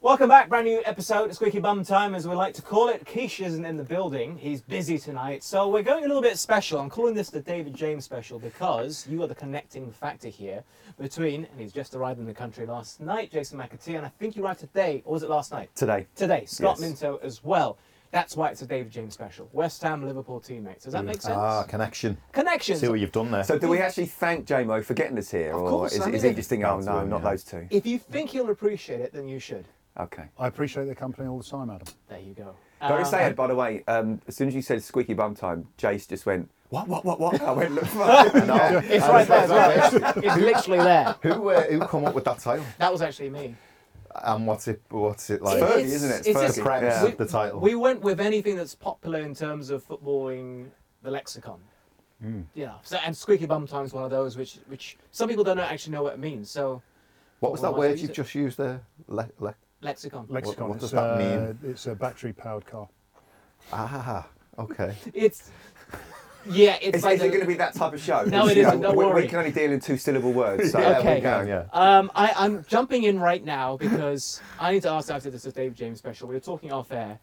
Welcome back, brand new episode of Squeaky Bum Time, as we like to call it. Keish isn't in the building, he's busy tonight, so we're going a little bit special. I'm calling this the David James special because you are the connecting factor here between, and he's just arrived in the country last night, Jason McAtee, and I think you arrived today, or was it last night? today. Today, Scott Yes. Minto as well. That's why it's a David James special. West Ham Liverpool teammates. Does that make sense? Ah, connection. Connections. See what you've done there. So do we actually thank JMO for getting us here, or course, is, I is mean- he just thinking, oh That's no, one, not yeah. those two? If you think you'll appreciate it, then you should. Okay. I appreciate their company all the time, Adam. There you go. Gotta Um, say it, by the way, um, as soon as you said squeaky bum time, Jace just went, what, what, what, what? I went, look, fuck. no. It's right there as well. It's literally there. Who uh, who come up with that title? That was actually me. And what's it what's it like? Fergie, isn't it? It's just- Fergie. Perhaps Yeah. the title. We went with anything that's popular in terms of footballing the lexicon. Hmm. Yeah. So, and squeaky bum time's one of those which which some people don't actually know what it means. So what was Well, that why don't word you you've say- just used there? Le- le- lexicon. Lexicon. what does it's, that uh, It's a battery-powered car. ah, okay. It's yeah. It's Is, like is the- it going to be that type of show? No, it You know, isn't, don't we, worry. we can only deal in two syllable words. So Yeah, Okay. we can, uh, yeah. Um, I, I'm jumping in right now because I need to ask after this is Dave James special. We were talking off air.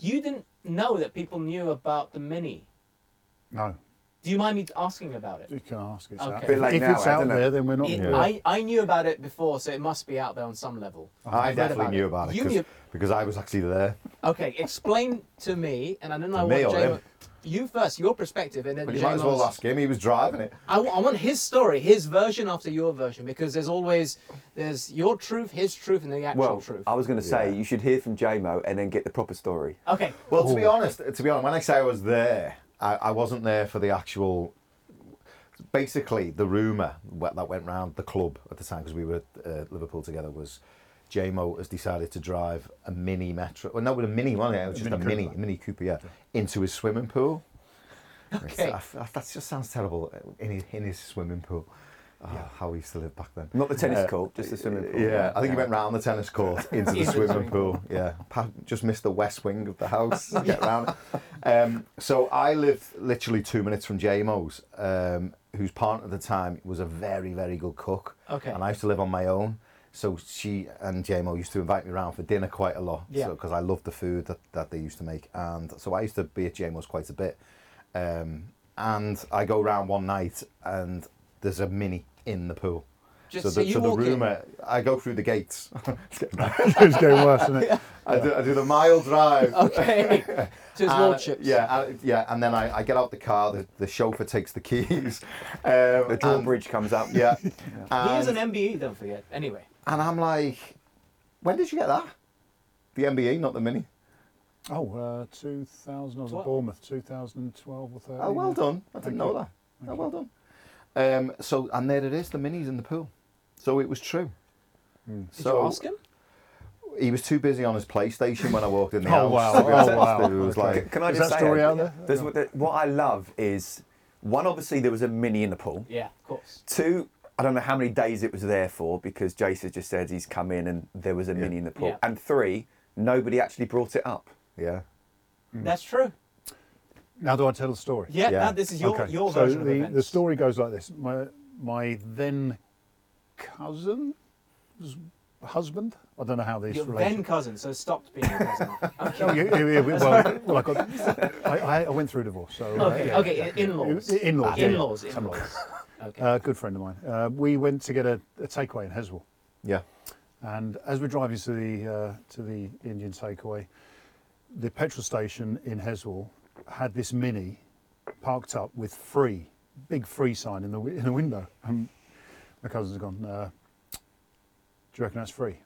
You didn't know that people knew about the mini. No, Do you mind me asking about it? you can ask. It's Okay. out. Bit like if now, eh, it's I out don't know. there, then we're not. It- gonna do it. I, I knew about it before, so it must be out there on some level. I read definitely about knew about it You 'cause- knew- because I was actually there. Okay, explain to me, and I don't know To me what or Jay. him? You first, your perspective, and then But you Jay might as well Mo's- ask him. He was driving it. I, wa- I want his story, his version after your version, because there's always there's your truth, his truth, and the actual Well, truth. I was going to say, you should hear from JMO and then get the proper story. okay, Well, to be honest, to be honest, when I say I was there, I, I wasn't there for the actual. Basically, the rumor wh- that went round the club at the time because we were at uh, Liverpool together was. JMO has decided to drive a mini metro. Well, no, with a mini one, yeah, it was just Mini a mini, Cooper. mini Cooper, yeah, into his swimming pool. Okay. that just sounds terrible uh, in his, in his swimming pool. Oh, How we used to live back then. Not the tennis Uh, court, just the swimming pool. Yeah, I think he went round the tennis court into the Into the swimming swimming pool. Yeah, Pa- just missed the west wing of the house. get round. it. Um, so I lived literally two minutes from JMO's, um, whose partner at the time was a very, very good cook. Okay. And I used to live on my own. So she and JMO used to invite me round for dinner quite a lot Yeah. because I loved the food that, that they used to make. And so I used to be at JMO's quite a bit. Um, and I go round one night and there's a mini in the pool. Just- so so the, you so the walk in- rumour, I go through the gates. It's getting bad. it's getting worse, isn't it? I, do, I do the mile drive. Oh, okay, to his And- lordship. Uh, yeah, and- yeah, and then I, I get out the car. The, the chauffeur takes the keys. Um, The drawbridge comes up. and- yeah, he is and, an E, MBE. Don't forget. Anyway, and I'm like, when did you get that? The MBE, not the Mini. Oh, uh, 2000. I was Twelve. at Bournemouth, 2012 or 13. Oh, well done. I Thank didn't know you. that. Oh, well done. Um, so, and there it is. The Mini's in the pool. So it was true. Hmm. did So- you ask him? He was too busy on his PlayStation when I walked in the Oh, house. wow. to be honest. Oh, wow. It was Okay. like, Can I Is just that say story it? out there? There's what, the, what I love is one. Obviously, there was a mini in the pool. Yeah, of course. Two, I don't know how many days it was there for because Jace has just said he's come in and there was a mini in the pool. Yeah. And three, nobody actually brought it up. yeah. That's true. Now, do I tell the story? Yeah, Mm. Yeah. now this is your, your so version the, of events. the story goes like this: my my then cousin, husband. I don't know how these Your relate. then cousin, so stopped being your cousin. Okay. Oh, yeah, yeah, yeah, well, well I, got, I, I- I went through divorce, so uh, Okay, yeah. okay, in-laws. Ah, I- in-laws, yeah, yeah. In-laws, in-laws. Okay. A good friend of mine. Uh, we went to get a, a takeaway in Heswell, Yeah. and as we're driving to the uh, to the Indian takeaway, the petrol station in Heswell had this mini parked up with free, big free sign in the wi- in the window. And my cousin's gone. Uh, do you reckon that's free?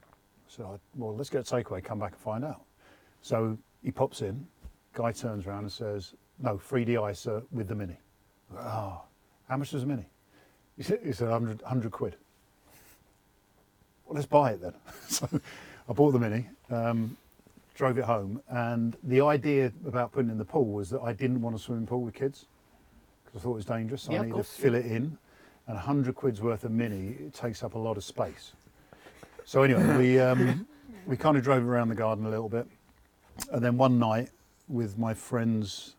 So I, well, let's get a takeaway. Come back and find out. So he pops in. Guy turns around and says, "No, free de-icer with the mini." Ah, how much does a mini? He said, "He said 100, 100 quid." well, let's buy it then. so I bought the Mini, um, drove it home, and the idea about putting it in the pool was that I didn't want to swim in pool with kids because I thought it was dangerous. so Yeah, I of needed to course. fill it in, and 100 quid's worth of Mini it takes up a lot of space. So anyway, we um, we kind of drove around the garden a little bit, and then one night with my friends,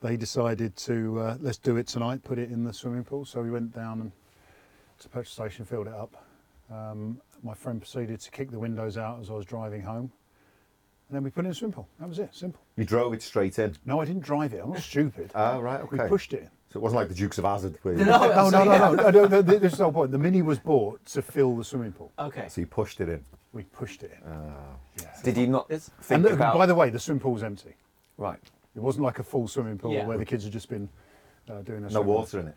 they decided to uh, let's do it tonight. Put it in the swimming pool. So we went down and to the petrol station, filled it up, Um, my friend proceeded to kick the windows out as I was driving home. And then we put it in a swim pool. That was it, simple. You drove it straight in. No, I didn't drive it. I'm not stupid. Ah, right, okay. We pushed it in. So it wasn't like the Dukes of Hazard. Where you, No, No, so no, yeah. no, no, no, no, no. th- This is the whole point. The mini was bought to fill the swimming pool. Okay. So you pushed it in. We pushed it in. Ah. Did you not It's- and think look, about by the way, the swimming pool was empty. right? It wasn't like a full swimming pool Yeah. where the kids had just been uh, doing their No swimming. water in it.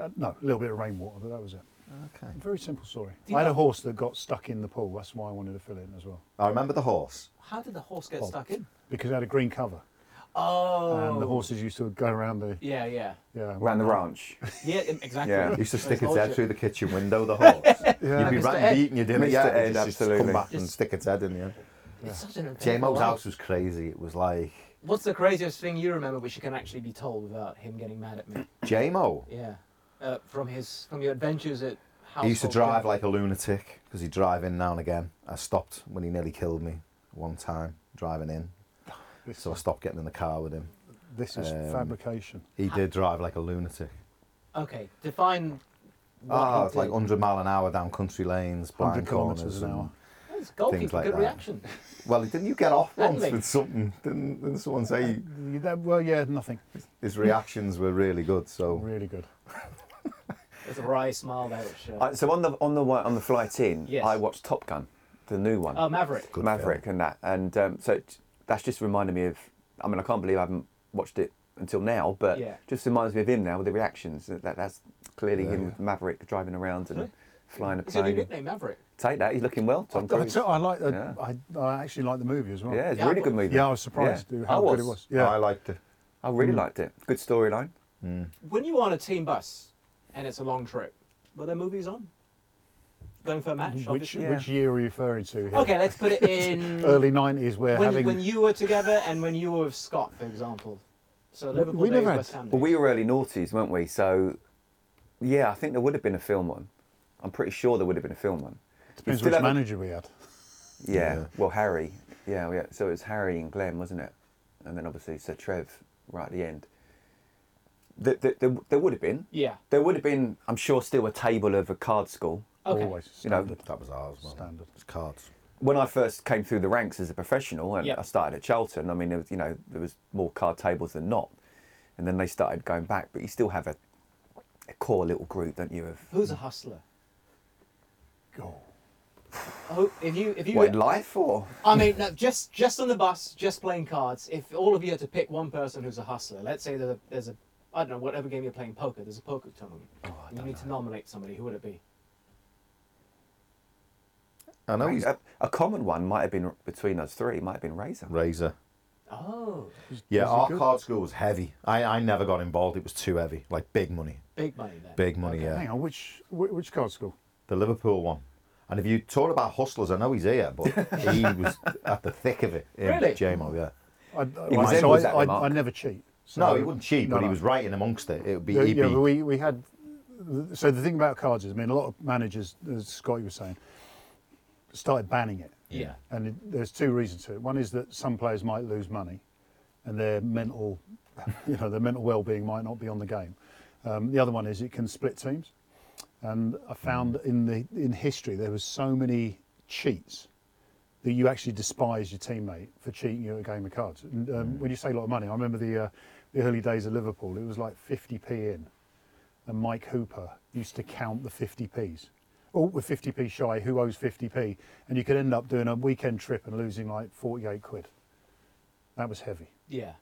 Uh, no, a little bit of rainwater, but that was it. Okay. Very simple story. Do you I had a know- horse that got stuck in the pool. That's why I wanted to fill it in as well. I remember the horse. How did the horse get Oh. stuck in? Because it had a green cover. Oh. And the horses used to go around the. Yeah, yeah. Yeah. Around the ranch. Yeah, im- exactly. Yeah. He used to Those stick its old head shit. through the kitchen window, the horse. You'd be Mr. right Ed. and eating your dinner. Mr. Yeah, Ed, it'd just- just absolutely. Come back and It's- stick its head in the end. It's such an JMO's eventful house life. was crazy. It was like, What's the craziest thing you remember which you can actually be told without him getting mad at me? JMO, Yeah. Uh, from his from your adventures at house. he used to drive like a lunatic because he'd drive in now and again. I stopped when he nearly killed me one time driving in. This, So I stopped getting in the car with him. this is um, fabrication. He did drive like a lunatic. Okay, define. what Ah, he it's like did. 100 mile an hour down country lanes, 100 blind kilometres corners. an and- hour. That's goalkeeper, like good that. reaction. Well, didn't you get off once Handling. with something? Didn't, didn't someone say Yeah, that- well, yeah, nothing. his reactions were really good? So Really good. There's a wry smile there. Which, uh, Uh, so on the on the wa- on the flight in, Yes. I watched Top Gun, the new one, oh, Maverick. Good Maverick, and that, and um, so it- that's just reminded me of. I mean, I can't believe I haven't watched it until now, but Yeah. just reminds me of him now with the reactions. That, that that's clearly Yeah. him, Maverick, driving around and flying a Is your new plane. nickname Maverick? Take that, he's looking well, Tom I, I Cruise. t- I like the, Yeah. I, I actually like the movie as well. Yeah, it's Yeah, a really I- good movie. Yeah, I was surprised Yeah. at I how was. good it was. Mm. Yeah. Yeah. I liked it. I really liked it. Good storyline. Mm. When you are on a team bus and it's a long trip, were there movies on? Going for a match, which, obviously. Yeah. which year are you referring to here? Okay, let's put it in Early 90s, where when, having. when you were together and when you were with Scott, for example. So Liverpool we days, never had- West Ham days. Well, we were early noughties, weren't we? So, yeah, I think there would have been a film on. I'm pretty sure there would have been a film on. depends You still which have- manager we had. Yeah. Yeah. Well, Harry. Yeah, yeah. So it was Harry and Glenn, wasn't it? And then obviously Sir Trev right at the end. There, there, there, there would have been. Yeah. There would have been, I'm sure, still a table of a card school. Okay. Always. You know, Standard. That was ours, man. Oh, Standard. It's cards. When I first came through the ranks as a professional, and Yep. I started at Charlton, I mean, there was, you know, there was more card tables than not. And then they started going back, but you still have a, a core little group, don't you? Of Who's a hustler? Goal. Oh, if you if you what in life or I mean, no, just just on the bus, just playing cards. If all of you had to pick one person who's a hustler, let's say there's a, there's a I don't know whatever game you're playing poker. There's a poker tournament. you need to nominate somebody. Who would it be? I know he's a, a common one might have been between us three. Might have been Razor. razor. Oh, Yeah, Was it our good? card school was heavy. I, I never got involved. It was too heavy. Like big money. big money then. Big money, yeah. Hang on, which wh- which card school? The Liverpool one. And if you talk about hustlers, I know he's here, but he was at the thick of it. him, Really? JMO, yeah. I, I, was so in, was that I, the I, I mark? never cheat. So No, he wasn't cheap, No, but he no. was right in amongst it. It would be. E Yeah, he'd yeah, E be- but we, we had. So the thing about cards is, I mean, a lot of managers, as Scotty was saying, started banning it. Yeah. And it, there's two reasons to it. One is that some players might lose money, and their mental, you know, their mental well-being might not be on the game. Um, the other one is it can split teams, and I found in the in history there was so many cheats that you actually despise your teammate for cheating you at a game of cards. And, um, When you say a lot of money, I remember the uh, the early days of Liverpool. It was like 50p in, and Mike Hooper used to count the 50p's. Oh, we're 50p shy. Who owes 50p? And you could end up doing a weekend trip and losing like 48 quid. That was heavy. Yeah.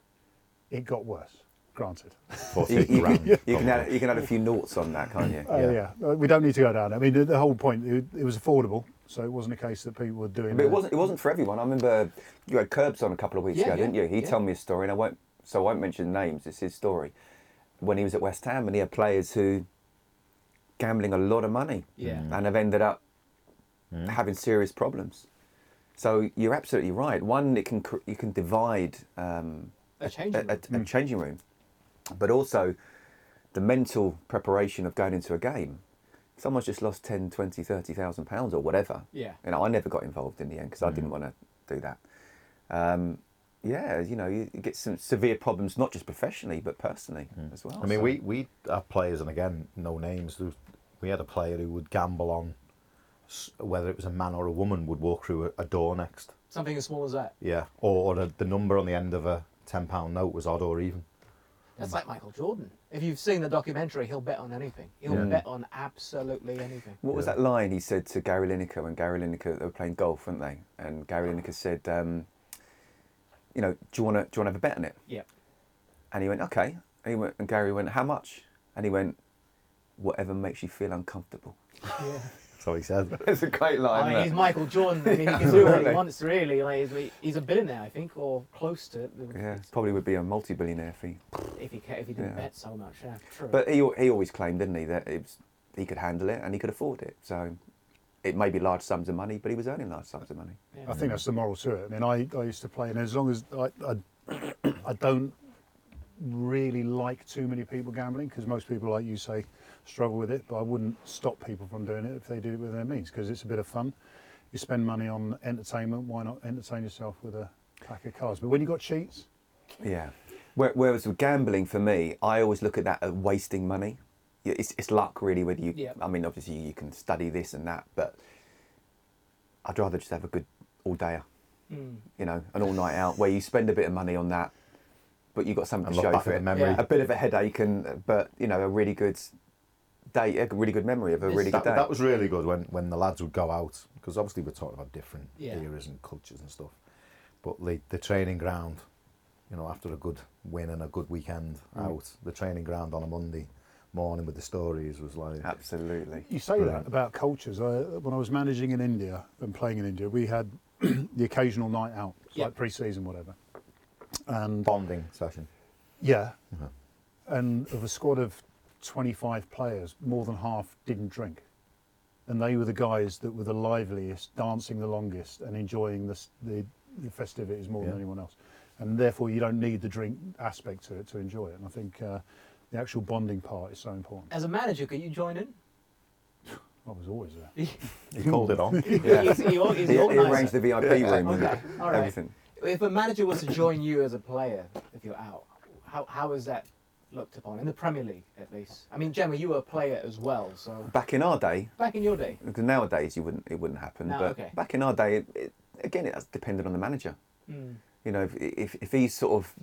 It got worse, granted. for You, 50 you- grand, you can probably. add, you can add a few noughts on that, can't you? Uh, yeah. Uh, we don't need to go down. I mean, the, the whole point, it, it was affordable, so it wasn't a case that people were doing But it uh, wasn't. It wasn't for everyone. I remember you had Curbs on a couple of weeks Yeah, ago, yeah, didn't you? He yeah. told me a story, and I won't. So I won't mention names. It's his story. When he was at West Ham, and he had players who gambling a lot of money, Yeah. and have ended up having serious problems. So you're absolutely right. One, it can cr- you can divide um, A change. a, a- a changing room, but also the mental preparation of going into a game. Someone's just lost 10, 20, 30,000 pounds or whatever. Yeah. You know, I never got involved in the end because I didn't want to do that. Um, yeah, you know, you you get some severe problems, not just professionally, but personally as well. Mm. I mean, So- we we had players, and again, no names. there was- We had a player who would gamble on s- whether it was a man or a woman would walk through a, a door next. Something as small as that. Yeah, or, or a, the number on the end of a ten pound note was odd or even. That's like Michael Jordan. If you've seen the documentary, he'll bet on anything. He'll Yeah. bet on absolutely anything. What was Yeah. that line he said to Gary Lineker when Gary Lineker they were playing golf, weren't they? And Gary Lineker said, um, "You know, do you want to do you want to have a bet on it?" Yeah. And he went, "Okay." And, he went, and Gary went, "How much?" And he went, "Whatever makes you feel uncomfortable." yeah. That's what he said. It's a great I line. mean, isn't he's it? Michael Jordan. I mean, he can do what he Absolutely. wants, really. Like, he's, he's a billionaire, I think, or close to it, yeah, probably would be a multi-billionaire fee. if he, ca- if he didn't Yeah. bet so much. Yeah, true. But he al- he always claimed, didn't he, that it was, he could handle it and he could afford it. So it may be large sums of money, but he was earning large sums of money. Yeah. I think that's the moral to it. I mean, I, I used to play, and as long as I, I, I don't really like too many people gambling, because most people, like you say, struggle with it, but I wouldn't stop people from doing it if they did it with their means, because it's a bit of fun. You spend money on entertainment, why not entertain yourself with a pack of cards? But when you've got cheats, Yeah. Where- Whereas with gambling, for me, I always look at that as wasting money. Yeah, It's, it's luck, really. Whether you, Yeah. I mean, obviously you can study this and that, but I'd rather just have a good all dayer, Mm. you know, an all night out where you spend a bit of money on that, but you've got something And to look show back for at it. the memory. Yeah. A bit of a headache, and but you know, a really good day, a really good memory of a It's- really good That, day. that was really good when, when the lads would go out because obviously we're talking about different Yeah. eras and cultures and stuff. But the the training ground, you know, after a good win and a good weekend out, the training ground on a Monday morning with the stories was like Absolutely. You say Brilliant. that about cultures. I, when I was managing in India and playing in India, we had the occasional night out, Yeah. like pre-season, whatever. And bonding session. yeah, and of a squad of 25 players, more than half didn't drink, and they were the guys that were the liveliest, dancing the longest, and enjoying the s- the, the festivities more Yeah. than anyone else. And therefore, you don't need the drink aspect to it to enjoy it. And I think uh, the actual bonding part is so important. As a manager, could you join in? I was always there. He called it on. Yeah. He's, he, or- he's He, he the organiser. arranged the VIP room and Okay, all right. everything. If a manager was to join you as a player, if you're out, how, how is that looked upon? In the Premier League, at least. I mean, Gemma, you were a player as well, so Back in our day, back in your day. because nowadays you wouldn't, it wouldn't happen. No, but okay. back in our day, it, it, again, it depended on the manager. Mm. You know, if, if, if he's sort of,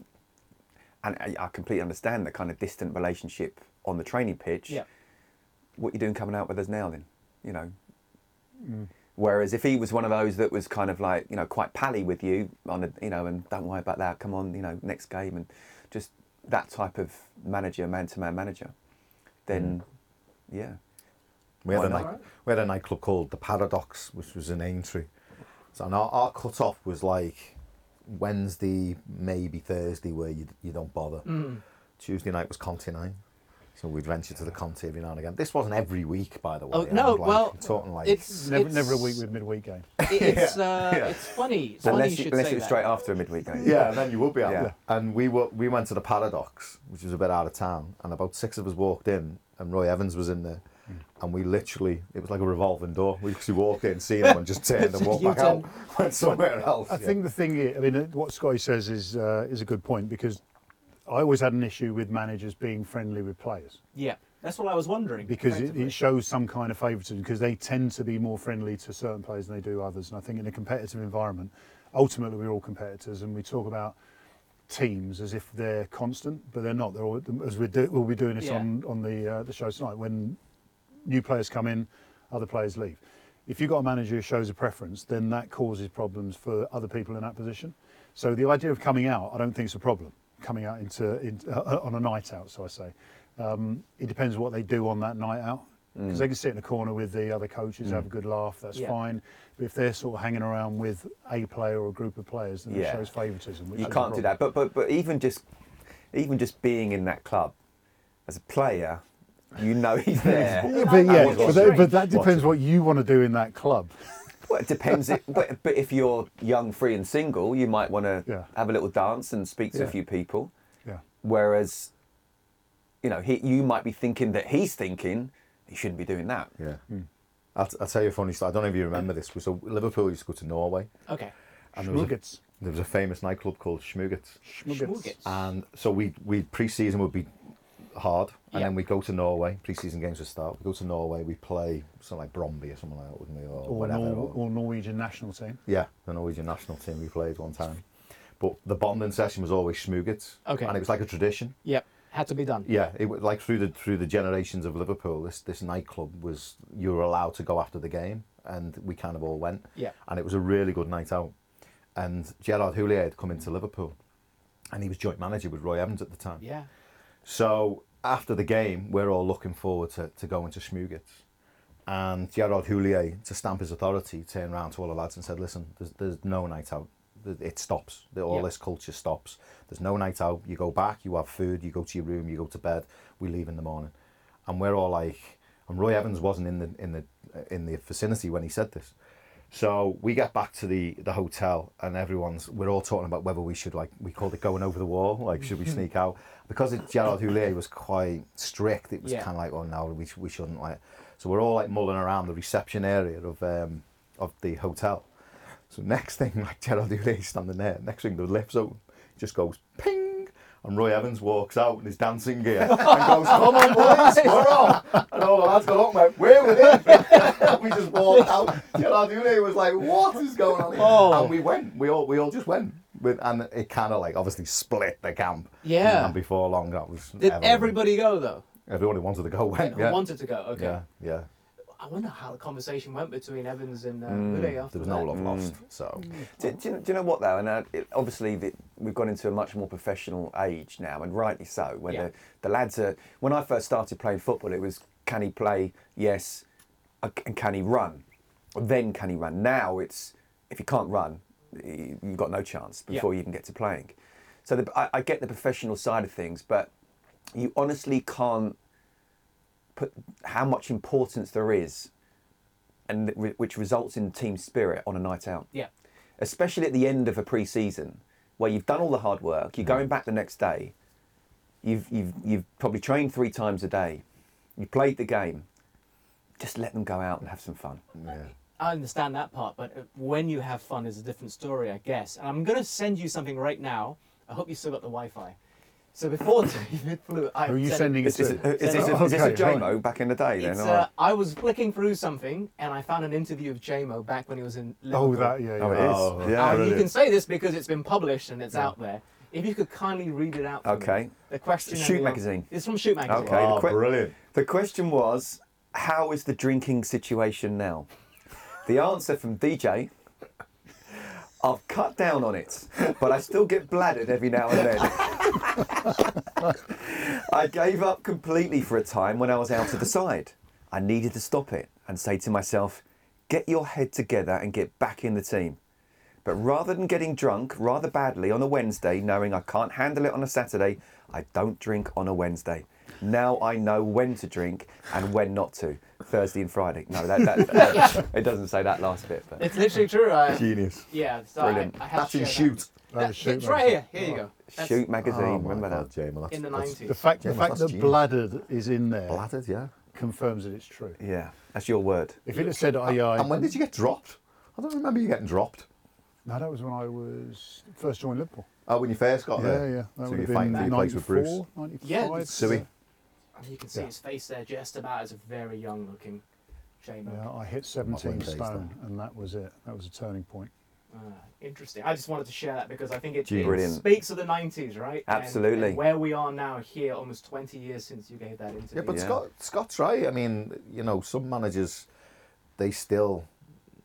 and I, I completely understand the kind of distant relationship on the training pitch. Yeah. What you doing coming out with us now then? You know. Whereas if he was one of those that was kind of like you know quite pally with you on a, you know and don't worry about that, come on you know next game and just that type of manager, man to man manager, then yeah, We had, Why a not? night, we had a nightclub called The Paradox, which was in Aintree. So and our, our cut-off was like Wednesday, maybe Thursday, where you, you don't bother. Hmm. Tuesday night was Conti night. So we'd venture to the Conti every now and again. This wasn't every week, by the way. Oh, I'm no, like- well, I'm talking like It's, Never, it's, never a week with midweek game. it- It's, uh, Yeah. it's funny. It's funny unless you you, should unless say it was that. straight after a midweek game. yeah, then you would be out. Yeah. And we were we went to the Paradox, which was a bit out of town, and about six of us walked in, and Roy Evans was in there. And we literally, it was like a revolving door. We actually walked in, seen him, and just turned and walked back out, U-turn. went somewhere else. I yeah. think the thing, is, I mean, uh, what Scotty says is uh, is a good point because I always had an issue with managers being friendly with players Yeah, that's what I was wondering. because it, effectively. it shows some kind of favouritism because they tend to be more friendly to certain players than they do others. And I think in a competitive environment, ultimately we're all competitors and we talk about teams as if they're constant, but they're not. They're all, as we do, we'll be doing this Yeah. on on the uh, the show tonight when new players come in, other players leave. If you've got a manager who shows a preference, then that causes problems for other people in that position. So the idea of coming out, I don't think is a problem. Coming out into, in, uh, on a night out, so I say, um, it depends what they do on that night out. Because they can sit in a corner with the other coaches, have a good laugh, that's Yeah. fine. But if they're sort of hanging around with a player or a group of players, then Yeah. it shows favouritism. which you is a can't do problem. that. But but but even just even just being in that club as a player, you know he's there. Yeah, but yeah, Watch but it. that, but that Watch depends it. what you want to do in that club. well, it depends. It, but but if you're young, free, and single, you might want to Yeah. have a little dance and speak to a Yeah. few people. Yeah. Whereas, you know, he, you might be thinking that he's thinking he shouldn't be doing that. Yeah. Hmm. I'll, t- I'll tell you a funny story. I don't know if you remember this. We- So Liverpool used to go to Norway, Okay. and there was, a, Schmuggets. there was a famous nightclub called Schmugget's. Schmuggets. Schmuggets. And so we we pre-season would be hard, and Yeah. then we go to Norway. Preseason games would start. We go to Norway. We play something like Bromby or something like that, wouldn't we? Or, or, whatever. Nor- or- or Norwegian national team. yeah, the Norwegian national team we played one time. But the bonding session was always schmugits. Okay. And it was like a tradition. Yep, had to be done. Yeah, it was like through the through the generations of Liverpool, this this nightclub was you were allowed to go after the game, and we kind of all went. Yeah. And it was a really good night out. And Gerard Houllier had come into Liverpool, and he was joint manager with Roy Evans at the time. Yeah. So after the game, we're all looking forward to, to going to Schmugitz. And Gerard Houllier, to stamp his authority, turned round to all the lads and said, listen, there's, there's no night out. Th- It stops. The- All Yeah. this culture stops. There's no night out. You go back, you have food, you go to your room, you go to bed. We leave in the morning. And we're all like, and Roy Evans wasn't in the, in the, in the vicinity when he said this. So we get back to the, the hotel and everyone's we're all talking about whether we should like we called it going over the wall like should we sneak out because it, Gerard Houllier was quite strict it was Yeah. kind of like oh no we, sh- we shouldn't like so we're all like mulling around the reception area of um, of the hotel so next thing like Gerard Houlier's standing there next thing the lift's open It just goes ping and Roy Evans walks out in his dancing gear and goes come on boys we're on and all the lads got up and went we're with him we just walked out. Gerard Houllier was like, "What is going on?" Here? Oh. And we went. We all we all just went. With, and it kind of like obviously split the camp. Yeah. And before long, that was Did everyone- everybody go though? Everyone who wanted to go went. Who Yeah. Wanted to go. Okay. Yeah. Yeah. I wonder how the conversation went between Evans and uh, Uday after There was Mm. no that. love lost. So Mm. Do, do, you know- do you know what though? And uh, it, obviously, the, we've gone into a much more professional age now, and rightly so. When Yeah. the, the lads are, when I first started playing football, it was can he play? Yes, Uh, c- and can he run? Then can he run? Now it's if you can't run, y- you've got no chance Yeah. before you can get to playing. So the, I, I get the professional side of things, but you honestly can't put how much importance there is, and re- which results in team spirit on a night out Yeah. especially at the end of a pre-season where you've done all the hard work, you're going back the next day, you've, you've, you've probably trained three times a day, you played the game, just let them go out and have some fun. yeah. I understand that part, but uh, when you have fun is a different story, I guess. And I'm going to send you something right now. I hope you still got the Wi-Fi. So before David flew, I Who are you sent- sending it Is, to? is, is, is, is, this a Okay, right. JMO back in the day then? It's, or- uh, I was flicking through something and I found an interview of JMO back when he was in Liverpool. Oh, that, yeah. yeah. oh, it is. Oh, yeah. and you brilliant. can say this because it's been published and it's out there. If you could kindly read it out. For Me. Okay. The question. Shoot and the answer- magazine. It's from Shoot magazine. Okay, the Oh, que- brilliant. The question was, how is the drinking situation now? The answer from DJ, I've cut down on it, but I still get bladdered every now and then. I gave up completely for a time when I was out of the side. I needed to stop it and say to myself, get your head together and get back in the team. But rather than getting drunk rather badly on a Wednesday, knowing I can't handle it on a Saturday, I don't drink on a Wednesday. Now I know when to drink and when not to. Thursday and Friday. No, that, that, that- it doesn't say that last bit. But It's literally true. I, Genius. yeah. So I- Brilliant. I, had That's to in share that. shoot. That was That- shit, it's wasn't right it? here. Here you go. That's Shoot magazine. Oh my remember God, that? Jamie, that's, in the that's nineties. The fact, Yeah, the fact that's that genius. bladdered is in there Bladdered, yeah. confirms that it's true. Yeah, that's your word. If it had said, "I," And when did you get dropped? I don't remember you getting dropped. no, that was when I was first joined Liverpool. Oh, when you first got yeah, there. yeah, that so would you're have been fighting for your place with Bruce. 94, 95. Yeah, Suey. And you can see Yeah. his face there, just about as a very young looking JMO. Yeah, I hit Not 17 one case, stone, and that was it. That was a turning point. Ah, interesting. I just wanted to share that because I think it, Gee. it Brilliant. speaks of the 90s, right? And- Absolutely. and where we are now here, almost 20 years since you gave that interview. Yeah, but Yeah. Scott, Scott's right. I mean, you know, some managers, they still,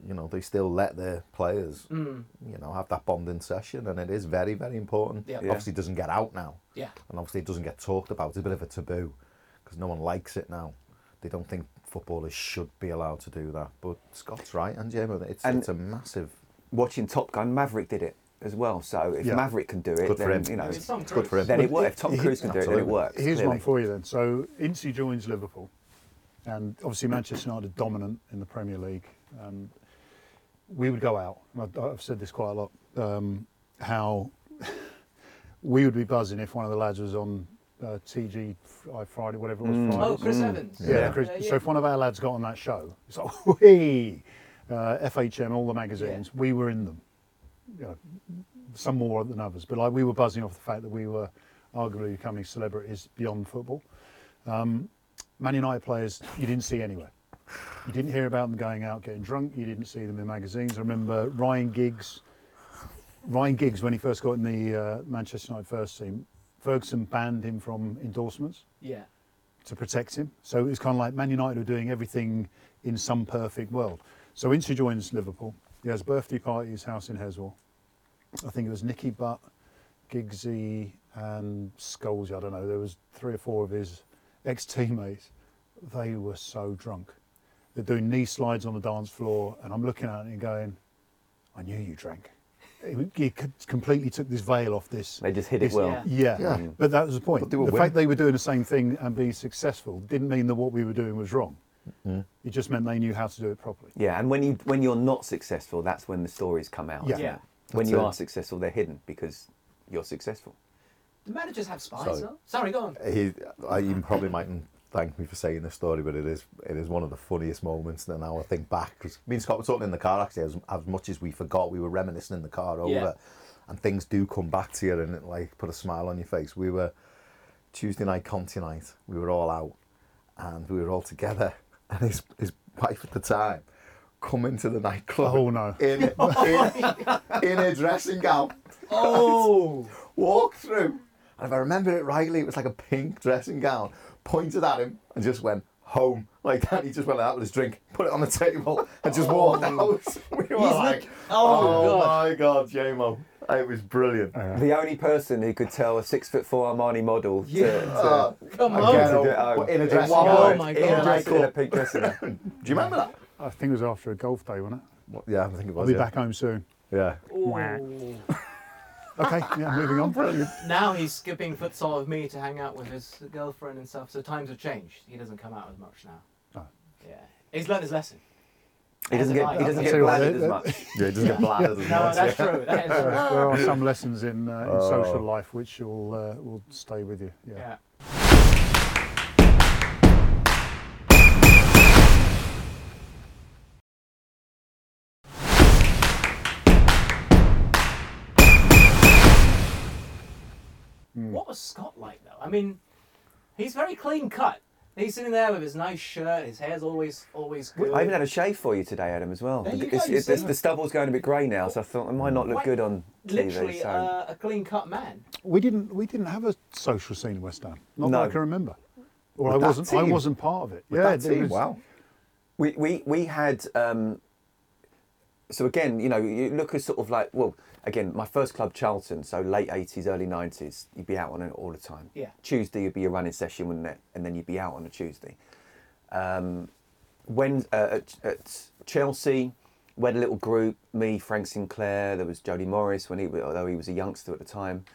you know, they still let their players, Mm. you know, have that bonding session, and it is very, very important. Yeah. Yeah. Obviously, it doesn't get out now, yeah. and obviously, it doesn't get talked about. It's a bit of a taboo because no one likes it now. They don't think footballers should be allowed to do that. But Scott's right, and Jamie, it's And- it's a massive. Watching Top Gun, Maverick did it as well. So if Yeah. Maverick can do it, Good for then him. you know, It's Tom It's good for Cruise. him. then it works. If Tom Cruise can do it, then it Absolutely. works. Here's one clearly. for you then. So Ince joins Liverpool, and obviously Manchester United dominant in the Premier League. And we would go out. and I- I've said this quite a lot. Um, how we would be buzzing if one of the lads was on uh, TG Fri- Friday, whatever it was. Mm. Friday. Oh, Chris Evans. Mm. Yeah. Yeah. Chris, Uh, So if one of our lads got on that show, it's like, whee! Uh, FHM, all the magazines, we were in them. You know, some more than others, but like we were buzzing off the fact that we were arguably becoming celebrities beyond football. Um, Man United players you didn't see anywhere. You didn't hear about them going out getting drunk. You didn't see them in magazines. I remember Ryan Giggs. Ryan Giggs, when he first got in the uh, Manchester United first team, Ferguson banned him from endorsements Yeah. to protect him. So it was kind of like Man United were doing everything in some perfect world. So Ince joins Liverpool. He has a birthday party at his house in Heswall. I think it was Nicky Butt, Giggsy, and Scholesy. I don't know. There was three or four of his ex-teammates. They were so drunk. They're doing knee slides on the dance floor, and I'm looking at it and going, "I knew you drank." It- He c- completely took this veil off this. They just hit it this- well. Yeah. yeah, Yeah. but that was the point. But they were the women. fact they were doing the same thing and being successful didn't mean that what we were doing was wrong. It just meant they knew how to do it properly. Yeah, and when you when you're not successful, that's when the stories come out. Yeah. isn't Yeah. it? When That's you it. are successful, they're hidden because you're successful. Do managers have spies, Sorry. though? Sorry, go on. He, I, you probably mightn't thank me for saying this story, but it is it is one of the funniest moments. And now I think back, 'cause me and Scott were talking in the car actually, as, as much as we forgot, we were reminiscing in the car over, Yeah. and things do come back to you and it, like put a smile on your face. We were Tuesday night, Conti night, we were all out and we were all together, and his his wife at the time come into the nightclub. Oh, no. In, in, in a dressing gown Oh! walk through. And if I remember it rightly, it was like a pink dressing gown, pointed at him and just went home. Like that, he just went out with his drink, put it on the table, and just walked out. We were like, Oh, oh, my God, JMO. It was brilliant. The only person who could tell a six foot four Armani model to, Yeah. to, Uh, Come I on. get to Oh, get home in a in dressing one gown. word, Oh my in a God. dress- in a pink dressing gown. Do you remember that? I think it was after a golf day, wasn't it? What- Yeah, I think it was. I'll be yeah. back home soon. Yeah. Ooh. Okay, yeah, moving on. Brilliant. Now he's skipping futsal with me to hang out with his girlfriend and stuff. So times have changed. He doesn't come out as much now. Oh. Yeah, he's learned his lesson. He doesn't get he doesn't I'll get tell you what, bladdered as that- much. Yeah, it doesn't get bladdered as No, much. that's yeah. true. That is There true. are, there are some lessons in, uh, in social Oh. life which will uh, will stay with you. Yeah. Yeah. Hmm. What was Scott like though? I mean, he's very clean cut. He's sitting there with his nice shirt. His hair's always always good. I even had a shave for you today, Adam, as well. There you It's- go, you it's- the, see. the stubble's going a bit grey now, so I thought it might not look Quite good on literally TV. So uh, a clean cut man. We didn't we didn't have a social scene in West Ham. Not No. that I can remember. Or With I that wasn't I team? wasn't part of it. With yeah, that there team, was- wow. we, we we had um, so again, you know, you look at sort of like well, again, my first club, Charlton, so late eighties, early nineties, you'd be out on it all the time. Yeah. Tuesday would be a running session, wouldn't it? And then you'd be out on a Tuesday. Um, when uh, at, at Chelsea, we had a little group. Me, Frank Sinclair. There was Jody Morris when he, wa- although he was a youngster at the time.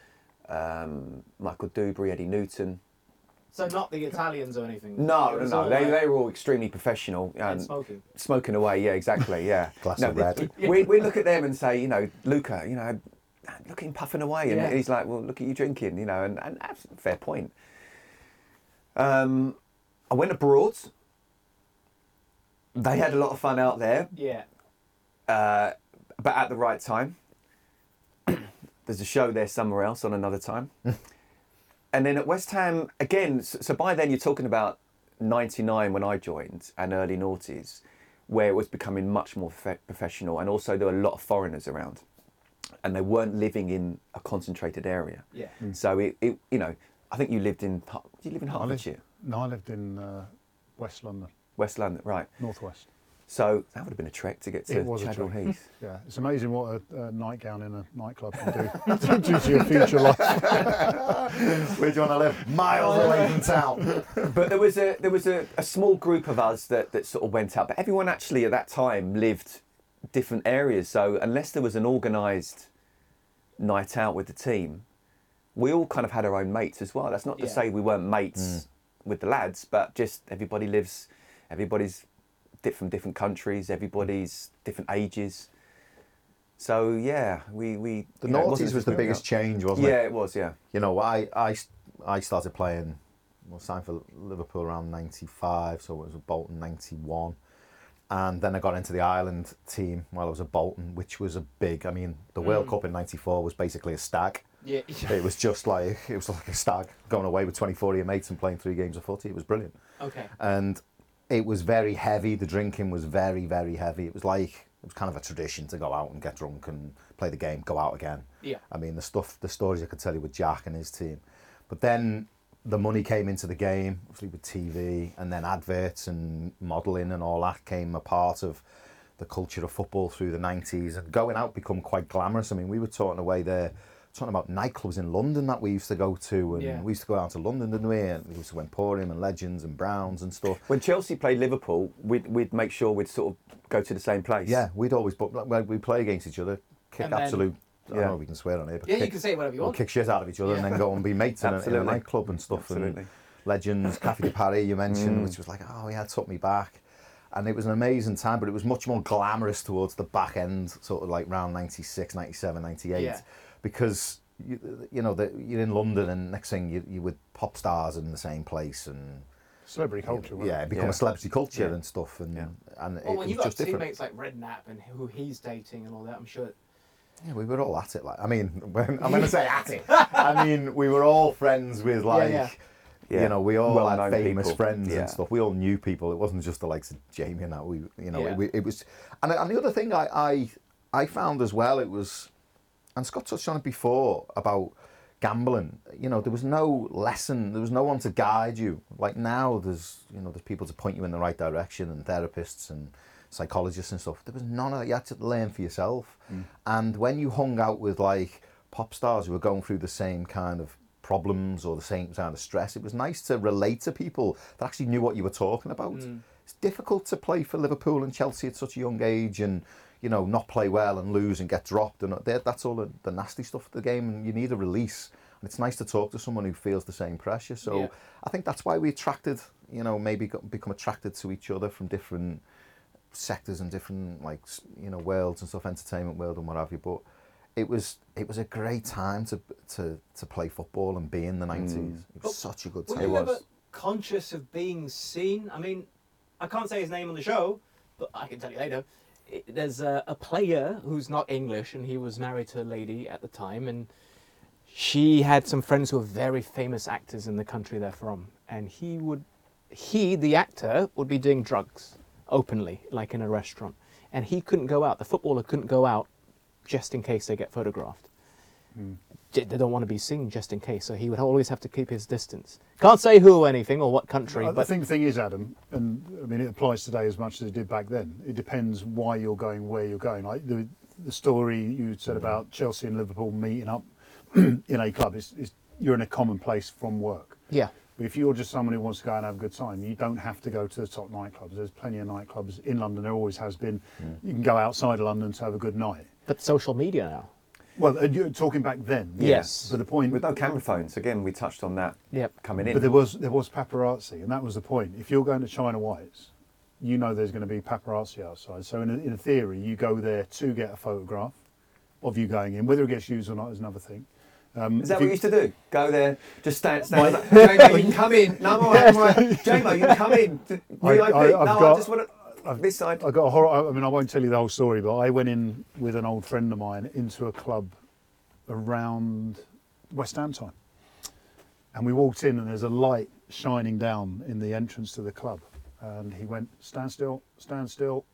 Um, Michael Dubry, Eddie Newton. So not the Italians or anything. No, It no, was no. all They, like- they were all extremely professional. and um, smoking. smoking away. Yeah, exactly. Yeah, Glass no, of red. We, we look at them and say, you know, Luca, you know, look at him puffing away, and Yeah. he's like, well, look at you drinking, you know, and, and that's a fair point. Um, I went abroad. They had a lot of fun out there, Yeah. uh, but at the right time. There's a show there somewhere else on another time. and then at West Ham, again, so, so by then you're talking about 99 when I joined and early noughties, where it was becoming much more fe- professional. And also, there were a lot of foreigners around and they weren't living in a concentrated area. Yeah. Hmm. So, it, it you know, I think you lived in, Har- did you live in I lived, Hertfordshire? no, I lived in uh, West London, West London, right. northwest. So that would have been a trek to get to It was a Chadwell trek. Heath. Yeah, it's amazing what a, a nightgown in a nightclub can do, do to your future life. Where do you want to live? Miles away from town. but there was a there was a, a small group of us that, that sort of went out. But everyone actually at that time lived different areas. So unless there was an organised night out with the team, we all kind of had our own mates as well. That's not to Yeah. say we weren't mates Hmm. with the lads, but just everybody lives, everybody's di- from different countries, everybody's different ages. So yeah, we we The you know, it wasn't noughties was just the going biggest out. change, wasn't it? yeah, it was. Yeah, you know, I, I, I started playing, well, signed for Liverpool around 95, so it was at Bolton 91. And then I got into the Ireland team while I was at Bolton, which was a big, I mean, the World Cup in 94 was basically a stag. Yeah. It was just like it was like a stag going away with 24 of your mates and playing three games of footy. It was brilliant, Okay. and it was very heavy. The drinking was very very heavy. It was like it was kind of a tradition to go out and get drunk and play the game, go out again. Yeah. I mean the stuff, the stories I could tell you with Jack and his team, but then the money came into the game, obviously with TV and then adverts and modelling and all that came a part of the culture of football through the 90s and going out become quite glamorous. I mean, we were talking away there, talking about nightclubs in London that we used to go to and Yeah. we used to go out to London, didn't we? And we used to Emporium and Legends and Browns and stuff. When Chelsea played Liverpool, we'd, we'd make sure we'd sort of go to the same place. Yeah, we'd always, but like, we'd play against each other, kick And then- absolute, I don't Yeah. know if we can swear on here, but Yeah, you kick- can say whatever you We'll want. kick shit out of each other and Yeah. then go and be mates in a, in a Absolutely. nightclub and stuff. Absolutely. Mm. And legends, Cafe de Paris, you mentioned, which was like, oh yeah, it took me back. And it was an amazing time, but it was much more glamorous towards the back end, sort of like round 96, 97, 98. Yeah. Because, you, you know, the, you're in London and next thing you, you're with pop stars in the same place and, Celebrity culture. wasn't yeah, it? it become Yeah. a celebrity culture Yeah. and stuff. And, Yeah. and it, Oh, Well, when it was you've got just different. teammates like Redknapp and who he's dating and all that, I'm sure. Yeah, we were all at it. Like, I mean, when I'm gonna say at it, I mean we were all friends with like, yeah. Yeah, you know, we all well-known had famous people. friends Yeah. and stuff. We all knew people. It wasn't just the likes of Jamie and that. We, you know, Yeah. it, it was. And, and the other thing I, I I found as well, it was, and Scott touched on it before about gambling. You know, there was no lesson. There was no one to guide you. Like now, there's you know, there's people to point you in the right direction and therapists and psychologists and stuff. There was none of that. You had to learn for yourself. And when you hung out with like pop stars who were going through the same kind of problems or the same kind of stress, it was nice to relate to people that actually knew what you were talking about. It's difficult to play for Liverpool and Chelsea at such a young age and you know, not play well and lose and get dropped. And that- that's all the, the nasty stuff of the game. And you need a release. And it's nice to talk to someone who feels the same pressure. So Yeah. I think that's why we attracted, you know, maybe got, become attracted to each other from different sectors and different like s- you know worlds and stuff, entertainment world and what have you. But it was it was a great time to to to play football and be in the Hmm. nineties. It But was such a good Were time. you ever conscious of being seen? I mean, I can't say his name on the show, but I can tell you later. It, there's a, a player who's not English, and he was married to a lady at the time, and she had some friends who are very famous actors in the country they're from, and he would, he the actor would be doing drugs openly, like in a restaurant, and he couldn't go out. The footballer couldn't go out, just in case they get photographed. Hmm. J- They don't want to be seen, just in case. So he would always have to keep his distance. Can't say who or anything or what country, I, I but think Uh, the thing is, Adam, and I mean it applies today as much as it did back then. It depends why you're going, where you're going. Like the the story you said about Chelsea and Liverpool meeting up in a club is, is you're in a common place from work. yeah, But if you're just someone who wants to go and have a good time, you don't have to go to the top nightclubs. There's plenty of nightclubs in London. There always has been. You can go outside of London to have a good night. but social media now. Well, and you're talking back then. Yes. But the point With no camera phones. Again, we touched on that Yep. coming in. But there was there was paparazzi, and that was the point. If you're going to China Whites, you know there's going to be paparazzi outside. So in, in theory, you go there to get a photograph of you going in. Whether it gets used or not is another thing. Um, Is that if what you you- used to do? Go there, just stand, stand. Like, JMO, you can come in. No, I'm all right, I'm all right. JMO, you can come in. D- I- You like I- me? I've no, got- I just want to. This side. I got a horror. I mean, I won't tell you the whole story, but I went in with an old friend of mine into a club around West Ham time, and we walked in, and there's a light shining down in the entrance to the club, and he went, "Stand still, stand still."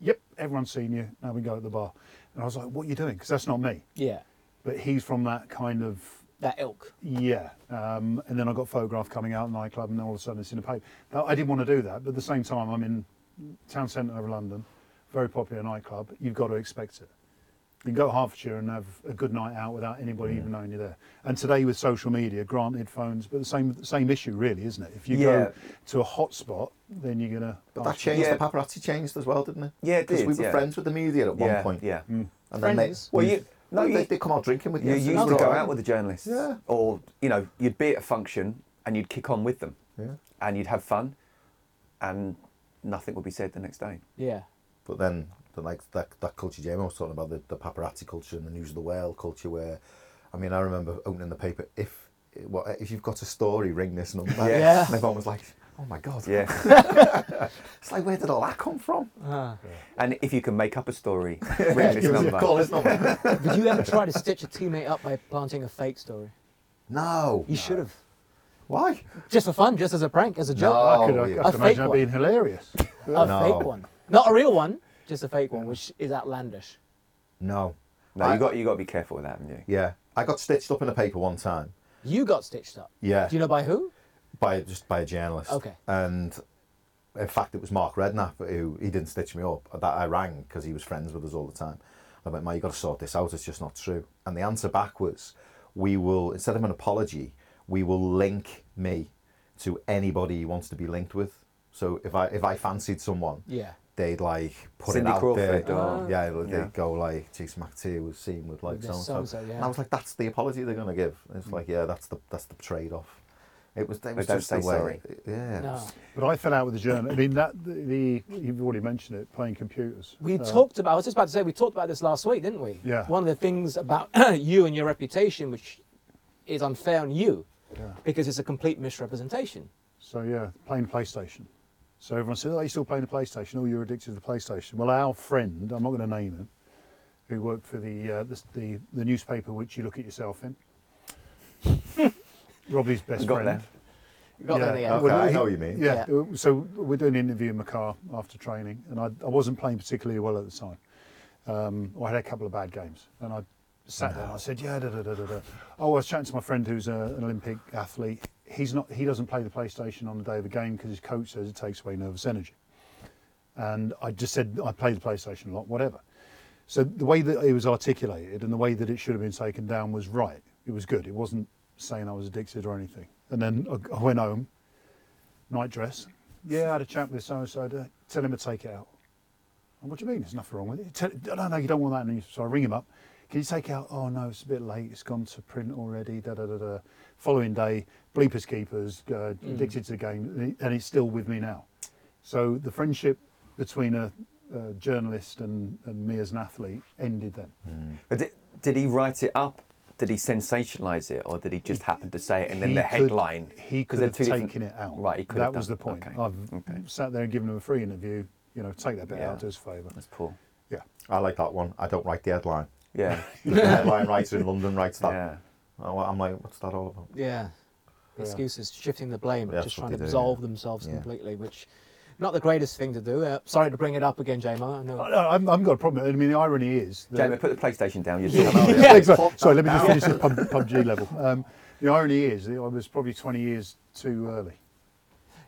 Yep, everyone's seen you. Now we go to the bar, and I was like, "What are you doing?" Because that's not me. Yeah, But he's from that kind of that ilk. yeah, um, and then I got photograph coming out of the nightclub, and then all of a sudden it's in the paper. Now, I didn't want to do that, but at the same time, I'm in town centre of London, very popular nightclub. You've got to expect it. You can go to Hertfordshire and have a good night out without anybody even knowing you're there. And today with social media, granted phones, but the same same issue really, isn't it? If you go Yeah. to a hotspot, then you're gonna. but Oh, that ask for- changed. Yeah. The paparazzi changed as well, didn't it? Yeah, it Because did, we were yeah. friends with the media at yeah, one point. Yeah. Mm. And then they, Friends? Well, you- no, they, you- they come out drinking with you. You so used to were go all right. out with the journalists. Yeah. Or, you know, you'd be at a function and you'd kick on with them. Yeah. And you'd have fun and nothing would be said the next day. Yeah, But then, the, like that, that culture, Jamie was talking about the, the paparazzi culture and the news of the world culture, where I mean, I remember opening the paper. If what if you've got a story, ring this number. Yeah. And everyone was like, oh my god, Yeah. it's like where did all that come from? Ah. and if you can make up a story, ring this Give us a number. call, this number. Did you ever try to stitch a teammate up by planting a fake story? no, You should have. Why? Just for fun, just as a prank, as a joke. No. I could, Oh, I, yeah. I A could fake imagine that one. being hilarious. A No. fake one. Not a real one, just a fake one, which is outlandish. No, No, I- you got you got to be careful with that, haven't you? Yeah, I got stitched up in a paper one time. You got stitched up. Yeah. Do you know by who? by just by a journalist. Okay. And in fact, it was Mark Redknapp who he didn't stitch me up. That I rang because he was friends with us all the time. I went, "Mate, you got to sort this out. It's just not true." And the answer back was, "We will instead of an apology, we will link me to anybody he wants to be linked with. So if I if I fancied someone, Yeah. they'd like put Cindy it out Crawford oh. there. or- yeah, they'd yeah. go like Jason McTeer was seen with like With so this and so. so-and-so, yeah. And I was like, that's the apology they're gonna give. It's like, yeah, that's the that's the trade off. It was, it was Mm. don't just say the way. sorry. Yeah. No. But I fell out with the journal. I mean, that the, the you've already mentioned it, playing computers. We Uh, talked about, I was just about to say, we talked about this last week, didn't we? Yeah. One of the things about you and your reputation, which is unfair on you, Yeah. because it's a complete misrepresentation. So yeah, playing PlayStation. So everyone said, "Oh, you still playing the PlayStation? Oh, you're addicted to the PlayStation." Well, our friend, I'm not going to name him, who worked for the uh, the, the the newspaper which you look at yourself in. Robbie's best We've got friend. that. You got there in the end. Okay, Well, I he- know what you mean. Yeah. uh, So we're doing an interview in my car after training, and I, I wasn't playing particularly well at the time. Um, I had a couple of bad games, and I sat there and I said, "Yeah, da da da da da." Oh, I was chatting to my friend who's a, an Olympic athlete. He's not. He doesn't play the PlayStation on the day of the game because his coach says it takes away nervous energy. And I just said I play the PlayStation a lot, whatever. So the way that it was articulated and the way that it should have been taken down was right. It was good. It wasn't saying I was addicted or anything. And then I, I went home, night dress. Yeah, I had a chat with so and so. Tell him to take it out. And "Oh, what do you mean? There's nothing wrong with it. Tell, no, no, no, you don't want that. And so I ring him up. Can you take it out? Oh no, it's a bit late. It's gone to print already. Da da da da. Following day, bleepers keepers, uh, Mm. addicted to the game, and it- and it's still with me now. So the friendship between a, a journalist and, and me as an athlete ended then. But Did, did he write it up? Did he sensationalise it, or did he just happen to say it and then He the could- headline? He 'Cause could they're have two taken different- it out. Right, he could that have was done- the point. okay. I've sat there and given him a free interview. You know, take that bit Yeah. out, do us a favour. That's poor. Yeah. I like that one. I don't write the headline. Yeah, the headline writer in London writes that. yeah. Oh, I'm like, what's that all about? Yeah. Excuses, shifting the blame, That's just what trying to they do, absolve yeah. themselves Yeah. completely, which not the greatest thing to do. Uh, sorry to bring it up again, Jamar. I know. I, I, haven't- I haven't got a problem. I mean, the irony is. that- Jamie, put the PlayStation down. You're talking about it. yeah, exactly. Sorry, let me just finish the pub, PUBG level. Um, the irony is that I was probably 20 years too early.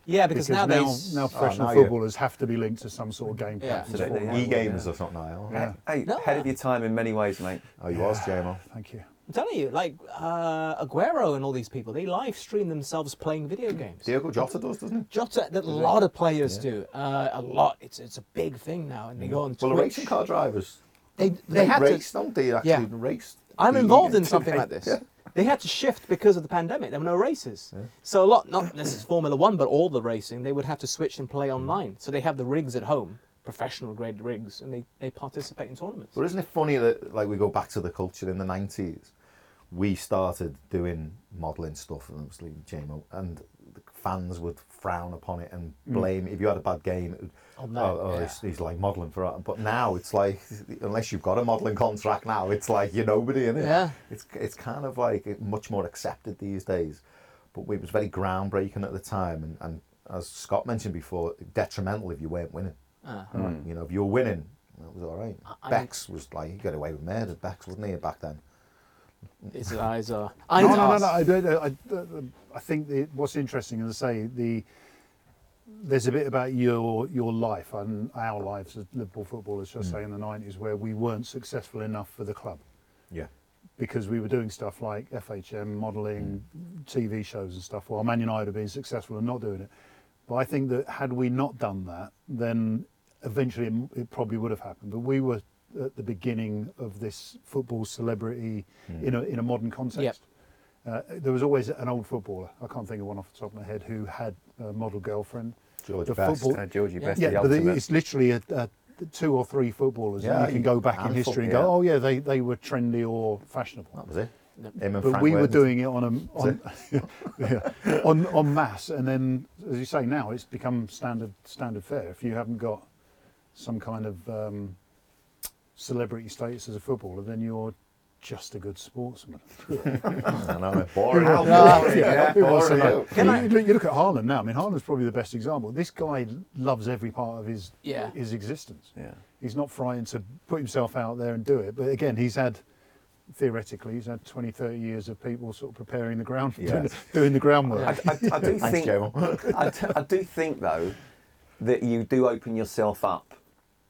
Yeah, because, now, now, nowadays. professional now you- footballers have to be linked to some sort of game Oh, Yeah. platform. Absolutely, for- yeah. E gamers or something. Like that. Yeah. Hey, No. ahead of your time in many ways, mate. Oh, you was JMO. Thank you. I'm telling you, like uh, Aguero and all these people, they live stream themselves playing video games. Diogo Jota does, doesn't he? Jota, that a lot of players do. Uh, a lot. It's it's a big thing now, and they go on Mm. Well, the Twitch. racing car drivers. They they had race, to. don't they? Actually, Yeah. race. I'm the- involved in something like this. Yeah. They had to shift because of the pandemic. There were no races, so a lot. Not this is Formula One, but all the racing they would have to switch and play online. So they have the rigs at home, professional grade rigs, and they, they participate in tournaments. But isn't it funny that like we go back to the culture in the nineties? We started doing modelling stuff, and obviously JMO, and the fans would frown upon it and blame if you had a bad game. it would, Mm. Oh, no, oh, oh, yeah. he's, he's like modelling for that. But now it's like, unless you've got a modelling contract now, it's like you're nobody, innit? Yeah. It's it's kind of like much more accepted these days, but it was very groundbreaking at the time, and, and as Scott mentioned before, detrimental if you weren't winning. Ah. Mm, You know, if you were winning, that was all right. I- Bex was like, he got away with murder, Bex, wasn't he, back then? It's uh, his eyes are. I no, no, no, no. I, don't- I, I, I think the, what's interesting, as I say, the there's a bit about your your life and our lives as Liverpool footballers, shall I say, in the 90s, where we weren't successful enough for the club Yeah. because we were doing stuff like FHM modelling, Mm. TV shows and stuff, while Man United have been successful and not doing it. But I think that had we not done that, then eventually it, m- it probably would have happened. But we were at the beginning of this football celebrity Mm. in, a, in a modern context. Uh, there was always an old footballer. I can't think of one off the top of my head who had a model girlfriend. George The Best. football- Uh, Georgie Yeah. Best, Yeah, the but ultimate. it's literally a, a two or three footballers Yeah, that you can you- go back in handful, history and yeah. go, oh yeah, they, they were trendy or fashionable. That was it. Him and But Frank we were Worthington. doing it on a, on, yeah, on on mass, and then, as you say, now it's become standard standard fare. If you haven't got some kind of um, celebrity status as a footballer, then you're just a good sportsman. I know, boring. Yeah. How boring, Yeah. yeah, Who wants to boring. know? Can I- You, look- you look at Haaland now. I mean, Haaland's probably the best example. This guy loves every part of his Yeah. his existence. Yeah. He's not frightened to put himself out there and do it. But again, he's had theoretically he's had 20 30 years of people sort of preparing the ground Yeah. doing, doing the groundwork I, I, I do Thanks, think. Joe. I, do, I do think though that you do open yourself up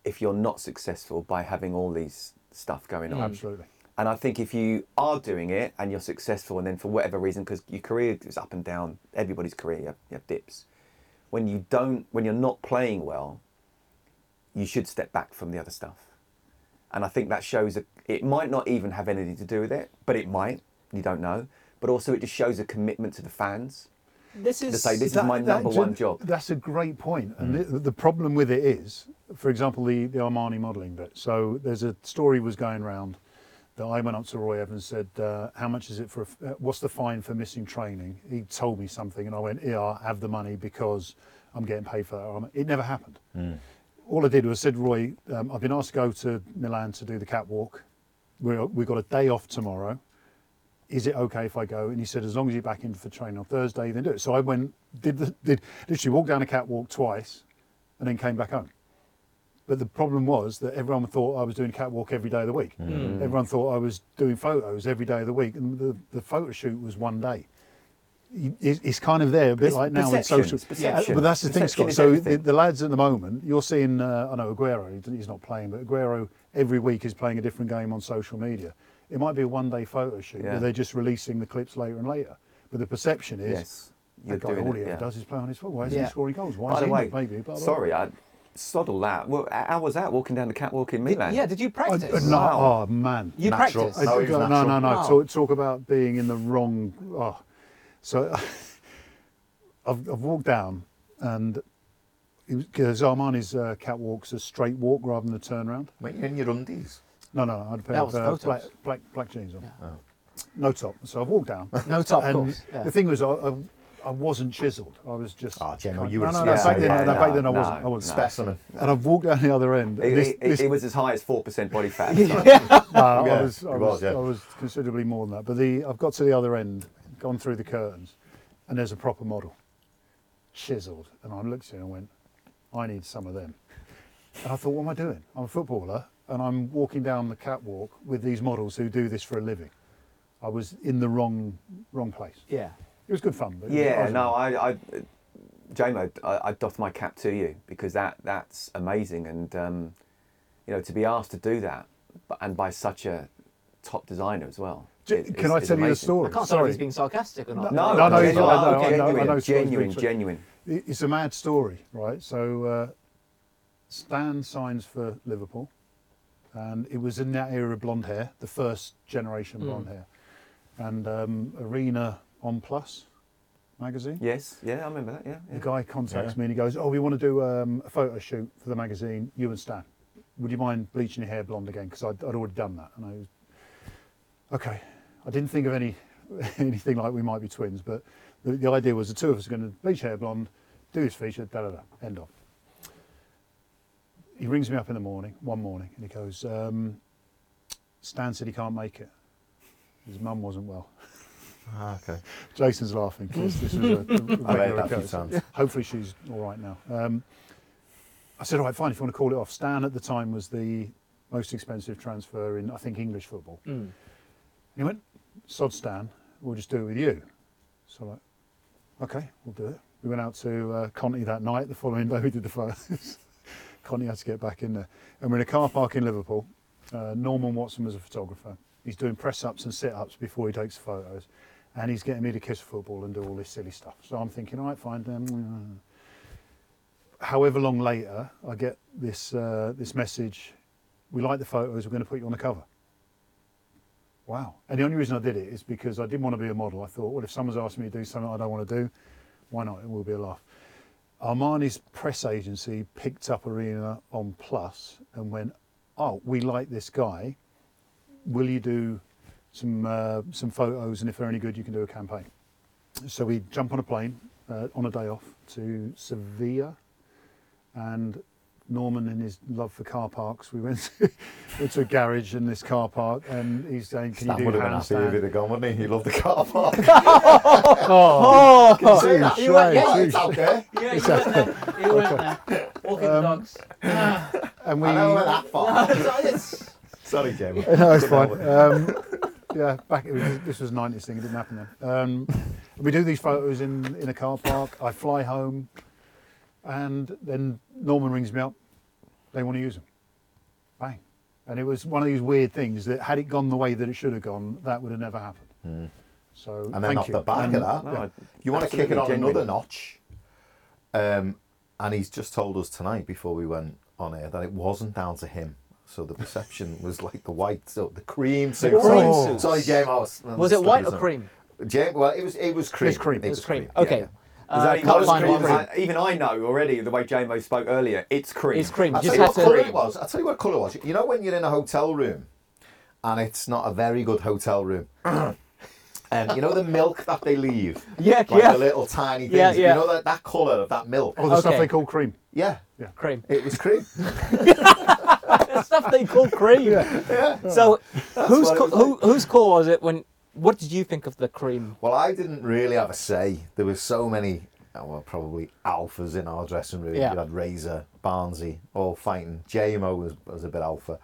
if you're not successful by having all these stuff going on. absolutely And I think if you are doing it and you're successful, and then for whatever reason, because your career is up and down, everybody's career, you have, you have dips. When you don't, when you're not playing well, you should step back from the other stuff. And I think that shows a, it might not even have anything to do with it, but it might. You don't know. But also, it just shows a commitment to the fans. This is. To say this is my number ju- one job. Mm. That's a great point. And the, the problem with it is, for example, the, the Armani modelling bit. So there's a story was going round that I went up to Roy Evans and said, uh, how much is it for, a f- uh, what's the fine for missing training? He told me something and I went, yeah, I have the money because I'm getting paid for that. Arm-" It never happened. Mm. All I did was said, Roy, um, I've been asked to go to Milan to do the catwalk. We're, we've got a day off tomorrow is it okay if I go? And he said, as long as you're back in for training on Thursday, then do it. So I went, did the, did literally walked down a catwalk twice, and then came back home. But the problem was that everyone thought I was doing catwalk every day of the week. Hmm. Everyone thought I was doing photos every day of the week, and the, the photo shoot was one day. You- It's it's kind of there, a bit It's like now with perception, social. it's perception. But that's the thing, Perception Scott. is So the, everything. the lads at the moment, you're seeing, uh, I know Aguero, he didn't- he's not playing, but Aguero every week is playing a different game on social media. It might be a one day photo shoot Yeah. where they're just releasing the clips later and later. But the perception is Yes, that guy, all he ever does is play on his phone. Why isn't Yeah. he scoring goals? Why By is the he way, not maybe? Blah, blah, blah. sorry, I soddle that. Well, how was that walking down the catwalk in Did- Milan? yeah, did you I- practice? I- no, Wow. Oh, man. You Natural. practice. I- No, I- he was no, no, natural. no, Wow. Talk, talk about being in the wrong. Oh. So I've, I've walked down, and because Armani's uh, catwalk's a straight walk rather than a turnaround. Mate, you're in your undies. No, no, I'd put That was uh, photos. black, black, black jeans on. Oh. Yeah. No top. So I've walked down. No top, of and course. Yeah. The thing was, I, I, I wasn't chiselled. I was just. Ah, Oh, Gemma, kind- you were no, no, no, so back then, bad. no, back then No, I wasn't. I no, wasn't. Specimen. And I've walked down the other end. It, This- it- it- this- it was as high as four percent body fat. So- No, Yeah, Uh, I was, I it was, was, yeah. I was considerably more than that. But the I've got to the other end, gone through the curtains, and there's a proper model, chiselled, and I looked at it and went, I need some of them. And I thought, what am I doing? I'm a footballer, and I'm walking down the catwalk with these models who do this for a living. I was in the wrong wrong place. Yeah. It was good fun. But it was- Yeah, was- no, I, I JMO, I, I doff my cap to you because that that's amazing, and um, you know to be asked to do that, but, and by such a top designer as well. J- is- can is- I is tell you a amazing. story? I can't tell if Sorry. he's being sarcastic or not. No, No, no, genuine, he's not. I know, I know, I genuine, know it's always been genuine, true. genuine. It- It's a mad story, right? So uh, Stan signs for Liverpool, and it was in that era of blonde hair, the first generation blonde hair, and um, Arena on Plus magazine. Yes, yeah, I remember that. Yeah, yeah. The guy contacts Yeah. me and he goes, "Oh, we want to do um, a photo shoot for the magazine. You and Stan, would you mind bleaching your hair blonde again? Because I'd, I'd already done that." And I was, okay, I didn't think of any anything like we might be twins, but the, the idea was the two of us are going to bleach hair blonde, do this feature, da da da, end of. He rings me up in the morning, one morning, and he goes, um, "Stan said he can't make it. His mum wasn't well." Ah, okay. Jason's laughing because this was a, a I've heard regular that a few occurrence. times. Hopefully she's all right now. Um, I said, all right, fine, if you want to call it off. Stan at the time was the most expensive transfer in, I think, English football. Mm. And he went, sod Stan, we'll just do it with you. So I'm like, okay, we'll do it. We went out to uh, Conti that night. The following day, we did the photos. Conti had to get back in there. And we're in a car park in Liverpool. Uh, Norman Watson was a photographer. He's doing press ups and sit ups before he takes photos. And he's getting me to kiss football and do all this silly stuff. So I'm thinking, all right, fine. Um, however long later, I get this, uh, this message we like the photos, we're going to put you on the cover. Wow. And the only reason I did it is because I didn't want to be a model. I thought, well, if someone's asking me to do something I don't want to do, why not? It will be a laugh. Armani's press agency picked up Arena on Plus and went, oh, we like this guy. Will you do some uh, some photos, and if they're any good, you can do a campaign. So we jump on a plane uh, on a day off to Sevilla, and Norman and his love for car parks, we went to, went to a garage in this car park, and he's saying, "Can Stan you would do have been happy if he'd handstand?" have gone, wouldn't he? He loved the car park. Oh, Can you see his You went- shades? yeah, it's out there. yeah, you went there. You went there. Walking the dogs. And we I know where that far. Oh, It's- Sorry, Jamie. No, it's fine. Um, yeah, back it was, this was nineties thing. It didn't happen then. Um, we do these photos in in a car park. I fly home, and then Norman rings me up. They want to use them. Bang. And it was one of these weird things that had it gone the way that it should have gone, that would have never happened. So Hmm. and then thank off you. the back And- of that, no, I- you want to kick it on absolutely another genuine. notch. Um, and he's just told us tonight before we went on air that it wasn't down to him. So the perception was like the white, so the cream suit. cream Sorry- suits. Sorry, James. I was, Was it white or Studies on- cream? James, well, it was it was cream. was cream. It was cream. yeah, Okay. yeah. Is Uh, that can't even, find even, one cream. I, even I know already the way JMO spoke earlier. It's cream. It's cream. I'll Just tell you had what colour to. it was. I'll tell you what colour it was. You know when you're in a hotel room and it's not a very good hotel room? and you know the milk that they leave? Yeah, Like yeah. the little tiny things. Yeah, yeah. You know that, that colour of that milk? Oh, the stuff Okay. they call cream. Yeah. Cream. It was cream. That's stuff they call cream. So, whose what it co- was who, whose call was it when? What did you think of the cream? well, I didn't really have a say. There were so many, oh, well, probably alphas in our dressing room. Yeah. You had Razor, Barnsey, all fighting. JMO was, was a bit alpha.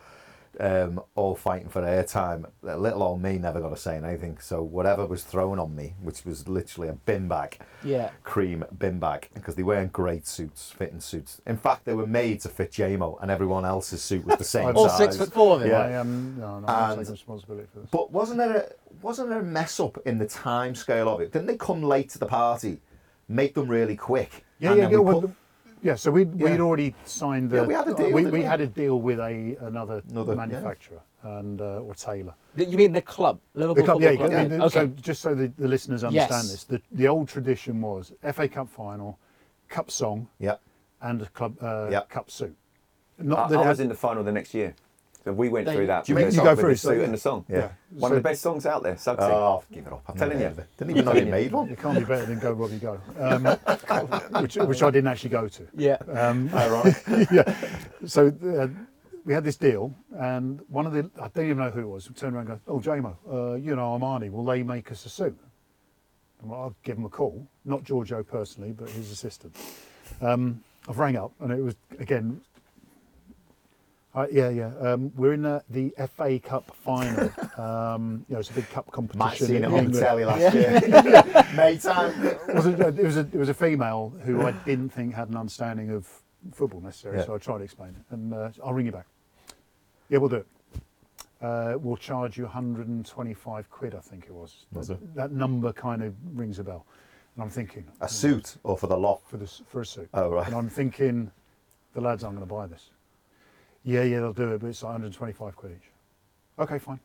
Um, all fighting for airtime. Little old me never got a say in anything. So whatever was thrown on me, which was literally a bin bag, Yeah. cream bin bag because they weren't great suits, fitting suits. In fact, they were made to fit JMO, and everyone else's suit was the same All size. six foot four of him. Yeah. I am. No, no, I'm And- taking responsibility for this. But wasn't there a, wasn't there a mess up in the time scale of it? Didn't they come late to the party, make them really quick? Yeah, and yeah, then yeah. we well, put- the- yeah, so we'd, Yeah. we'd already signed the. Yeah, we had a deal, We, didn't we we? had a deal with a another, Another, yeah. manufacturer and uh, or tailor. You mean the club? Liverpool The club, yeah, Football yeah, Club. the- So Okay. just so the, the listeners understand Yes. this, the, the old tradition was FA Cup final, cup song, yeah. and a club uh, Yeah. cup suit. I, Not I it was had- in the final the next year. So we went They- through that. Do you with mean the you song- go with through the it, so- suit and the song. Yeah. One So- of the best songs out there, Subsea. Oh, give it up. Mm. I'm Telling you. Didn't even know they made one. It can't be better than Go Robbie Go, um, which, which I didn't actually go to. Yeah. Um, Ironic. yeah. So uh, we had this deal, and one of the I don't even know who it was. Turned around, and go, oh JMO, uh, you know Armani, will they make us a suit? And well, I'll give him a call. Not Giorgio personally, but his assistant. Um, I've rang up, and it was again. "All right, yeah, yeah. Um, we're in the, the FA Cup final. Um, you know, it's a big cup competition. Might seen it in on the England telly last year. May time. was a, it was a it was a female who I didn't think had an understanding of football necessarily, Yeah. so I tried to explain it, and uh, I'll ring you back. Yeah, we'll do it. Uh, we'll charge you 125 quid, I think it was. Was it? That number kind of rings a bell, and I'm thinking A suit or for the lot. for this for a suit. Oh, right. And I'm thinking, the lads aren't going to buy this. Yeah, yeah, they'll do it, but it's like 125 quid each. Okay, fine.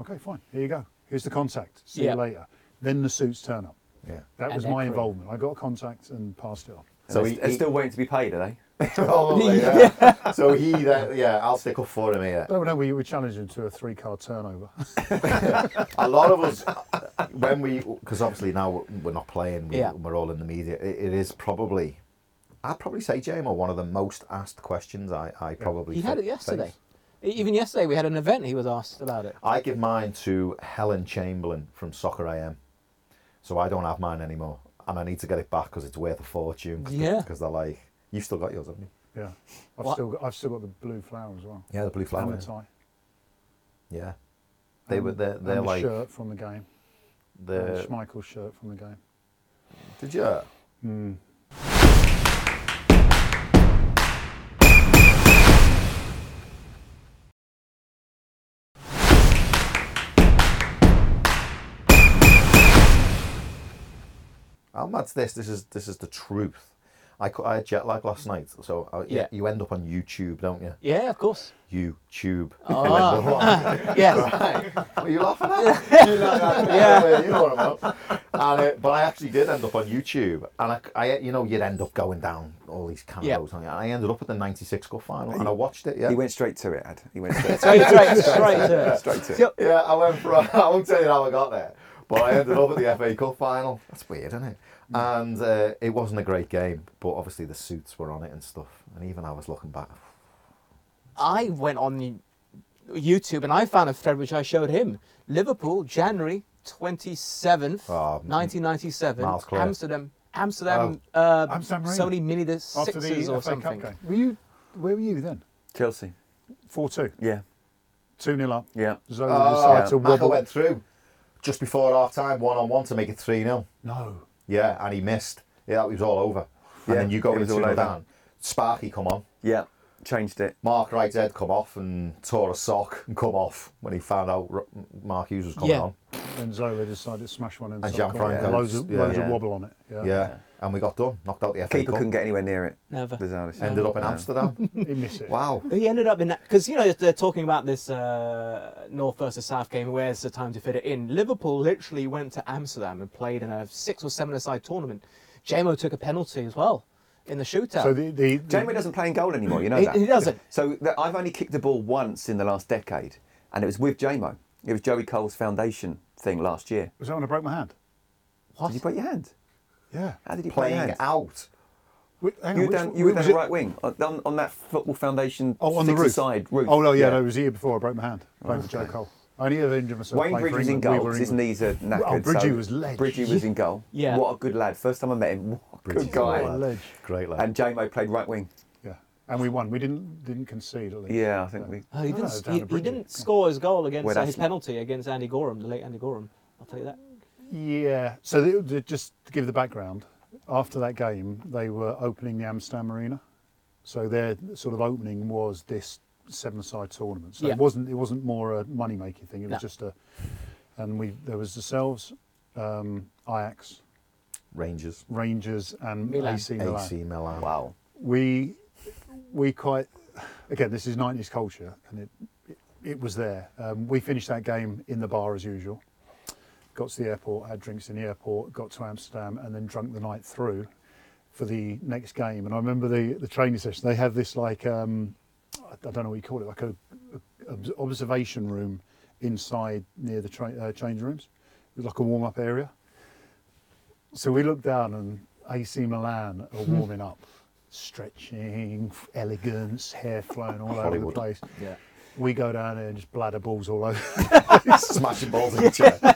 Okay, fine. Here you go. Here's the contact. See Yeah. you later. Then the suits turn up. Yeah. That And was they're my free. involvement. I got a contact and passed it on. So So they're, he- they're he- still waiting to be paid, are they? Probably, yeah. so he, then, yeah, I'll stick up for him here. No, no, we were challenging to a three-card turnover. a lot of us when we because obviously now we're not playing we, Yeah. we're all in the media it, it is probably i'd probably say or one of the most asked questions i, I probably He had it face. Oh. yesterday. E- Even yesterday, we had an event. He was asked about it. i give mine to helen chamberlain from soccer am so i don't have mine anymore and i need to get it back because it's worth a fortune cause Yeah. because they're like you've still got yours haven't you yeah, I've What? still got, I've still got the blue flower as well. yeah the blue and flower the tie. yeah they And- were they're, and they're the like shirt from the game. The the Schmeichel's shirt from the game. did you How mad's this? This is this is the truth. I, cou- I had jet lag last night, so I, Yeah. you end up on YouTube, don't you? Yeah, of course. YouTube. Ah. You end up on- Yes. Right. What are you laughing at? you know, Yeah. yeah. you know what I'm on. And, uh, but I actually did end up on YouTube, and I, I you know, you'd end up going down all these cameras. Yeah. And I ended up at the '96 Cup final, and I watched it. Yeah, He went straight to it, Ad. He went straight to Straight, straight, straight. it. to- Straight to it. Yep. yeah, I went for. I won't tell you how I got there, but I ended up at the FA Cup final. That's weird, isn't it? And uh, it wasn't a great game, but obviously the suits were on it and stuff. And even I was looking back. I went on YouTube and I found a thread which I showed him. Liverpool, January 27th, Oh, m- 1997. miles clear. Oh. Amsterdam. Amsterdam, uh, Amsterdam Arena. Sony Mini the After the Sixers or FA Cup something. game. Were you, where were you then? Chelsea. 4 2. Yeah. 2 0 up. Yeah. Zola Oh, decided to Maka wobble. went through just before half time, one on one to make it three 0 No. Yeah, and he missed. Yeah, that was all over. Yeah, and then you go it was into all over. down. Sparky come on. Yeah. Changed it. Mark Wright's head come off and tore a sock and come off when he found out R- Mark Hughes was coming Yeah. on. And Zola decided to smash one in the And top corner. Gianfranco, Loads, of, yeah. loads Yeah. of wobble on it. Yeah. Yeah. and we got done. Knocked out the FA Keeper Cup. couldn't get anywhere near it. Never. Bizarrely. Um, Ended up in No. Amsterdam. He missed it. wow. He ended up in that because you know they're talking about this uh, North versus South game. Where's the time to fit it in? Liverpool literally went to Amsterdam and played in a six or seven aside tournament. JMO took a penalty as well in the shootout. So the, the, the Jamie doesn't play in goal anymore. You know He- that. he doesn't. So th- I've only kicked the ball once in the last decade, and it was with Jamo. It was Joey Cole's foundation thing last year. was that when I broke my hand? What? Did you break your hand? Yeah. How did you break your Playing hand? out. Wait, hang on, You were which- down, you were was down it- right wing on, on, on that football foundation. Oh, on the roof. Side roof. Oh no, yeah, no, it was the year before I broke my hand playing for Joe Cole. I only ever injured myself. Wayne playing Bridge for was in England. goal We were 'cause his England. knees are knackered. Oh, Bridgie so was ledge. Bridgie was in goal. Yeah. What a good lad. First time I met him, what a good Bridgie's guy. a Oh, ledge. Great lad. And Jamo played right wing. Yeah, and we won. We didn't didn't concede at least. Yeah, I think we. Oh, he No, didn't, no, s- down he, to he Bridgie. didn't score his goal against Well, uh, that's his not- penalty against Andy Gorham, the late Andy Gorham. I'll tell you that. Yeah. So the, the, just to give the background, after that game, they were opening the Amsterdam Arena. So their sort of opening was this seven-side tournament. So Yeah. it wasn't it wasn't more a money-making thing. It was No. just a, and we there was ourselves, um, Ajax, Rangers. Rangers, and Milan. AC Milan. AC Milan. Wow. we we quite again this is 90s culture and it it, it was there um, we finished that game in the bar as usual got to the airport had drinks in the airport got to amsterdam and then drunk the night through for the next game and i remember the the training session they have this like um i I don't know what you call it like a, a obs- observation room inside near the tra- uh, change rooms It was like a warm-up area so we looked down and AC Milan are warming up, stretching, f- elegance, hair flowing all over the Hollywood. place. Yeah. We go down there and just bladder balls all over. Smashing balls in each other.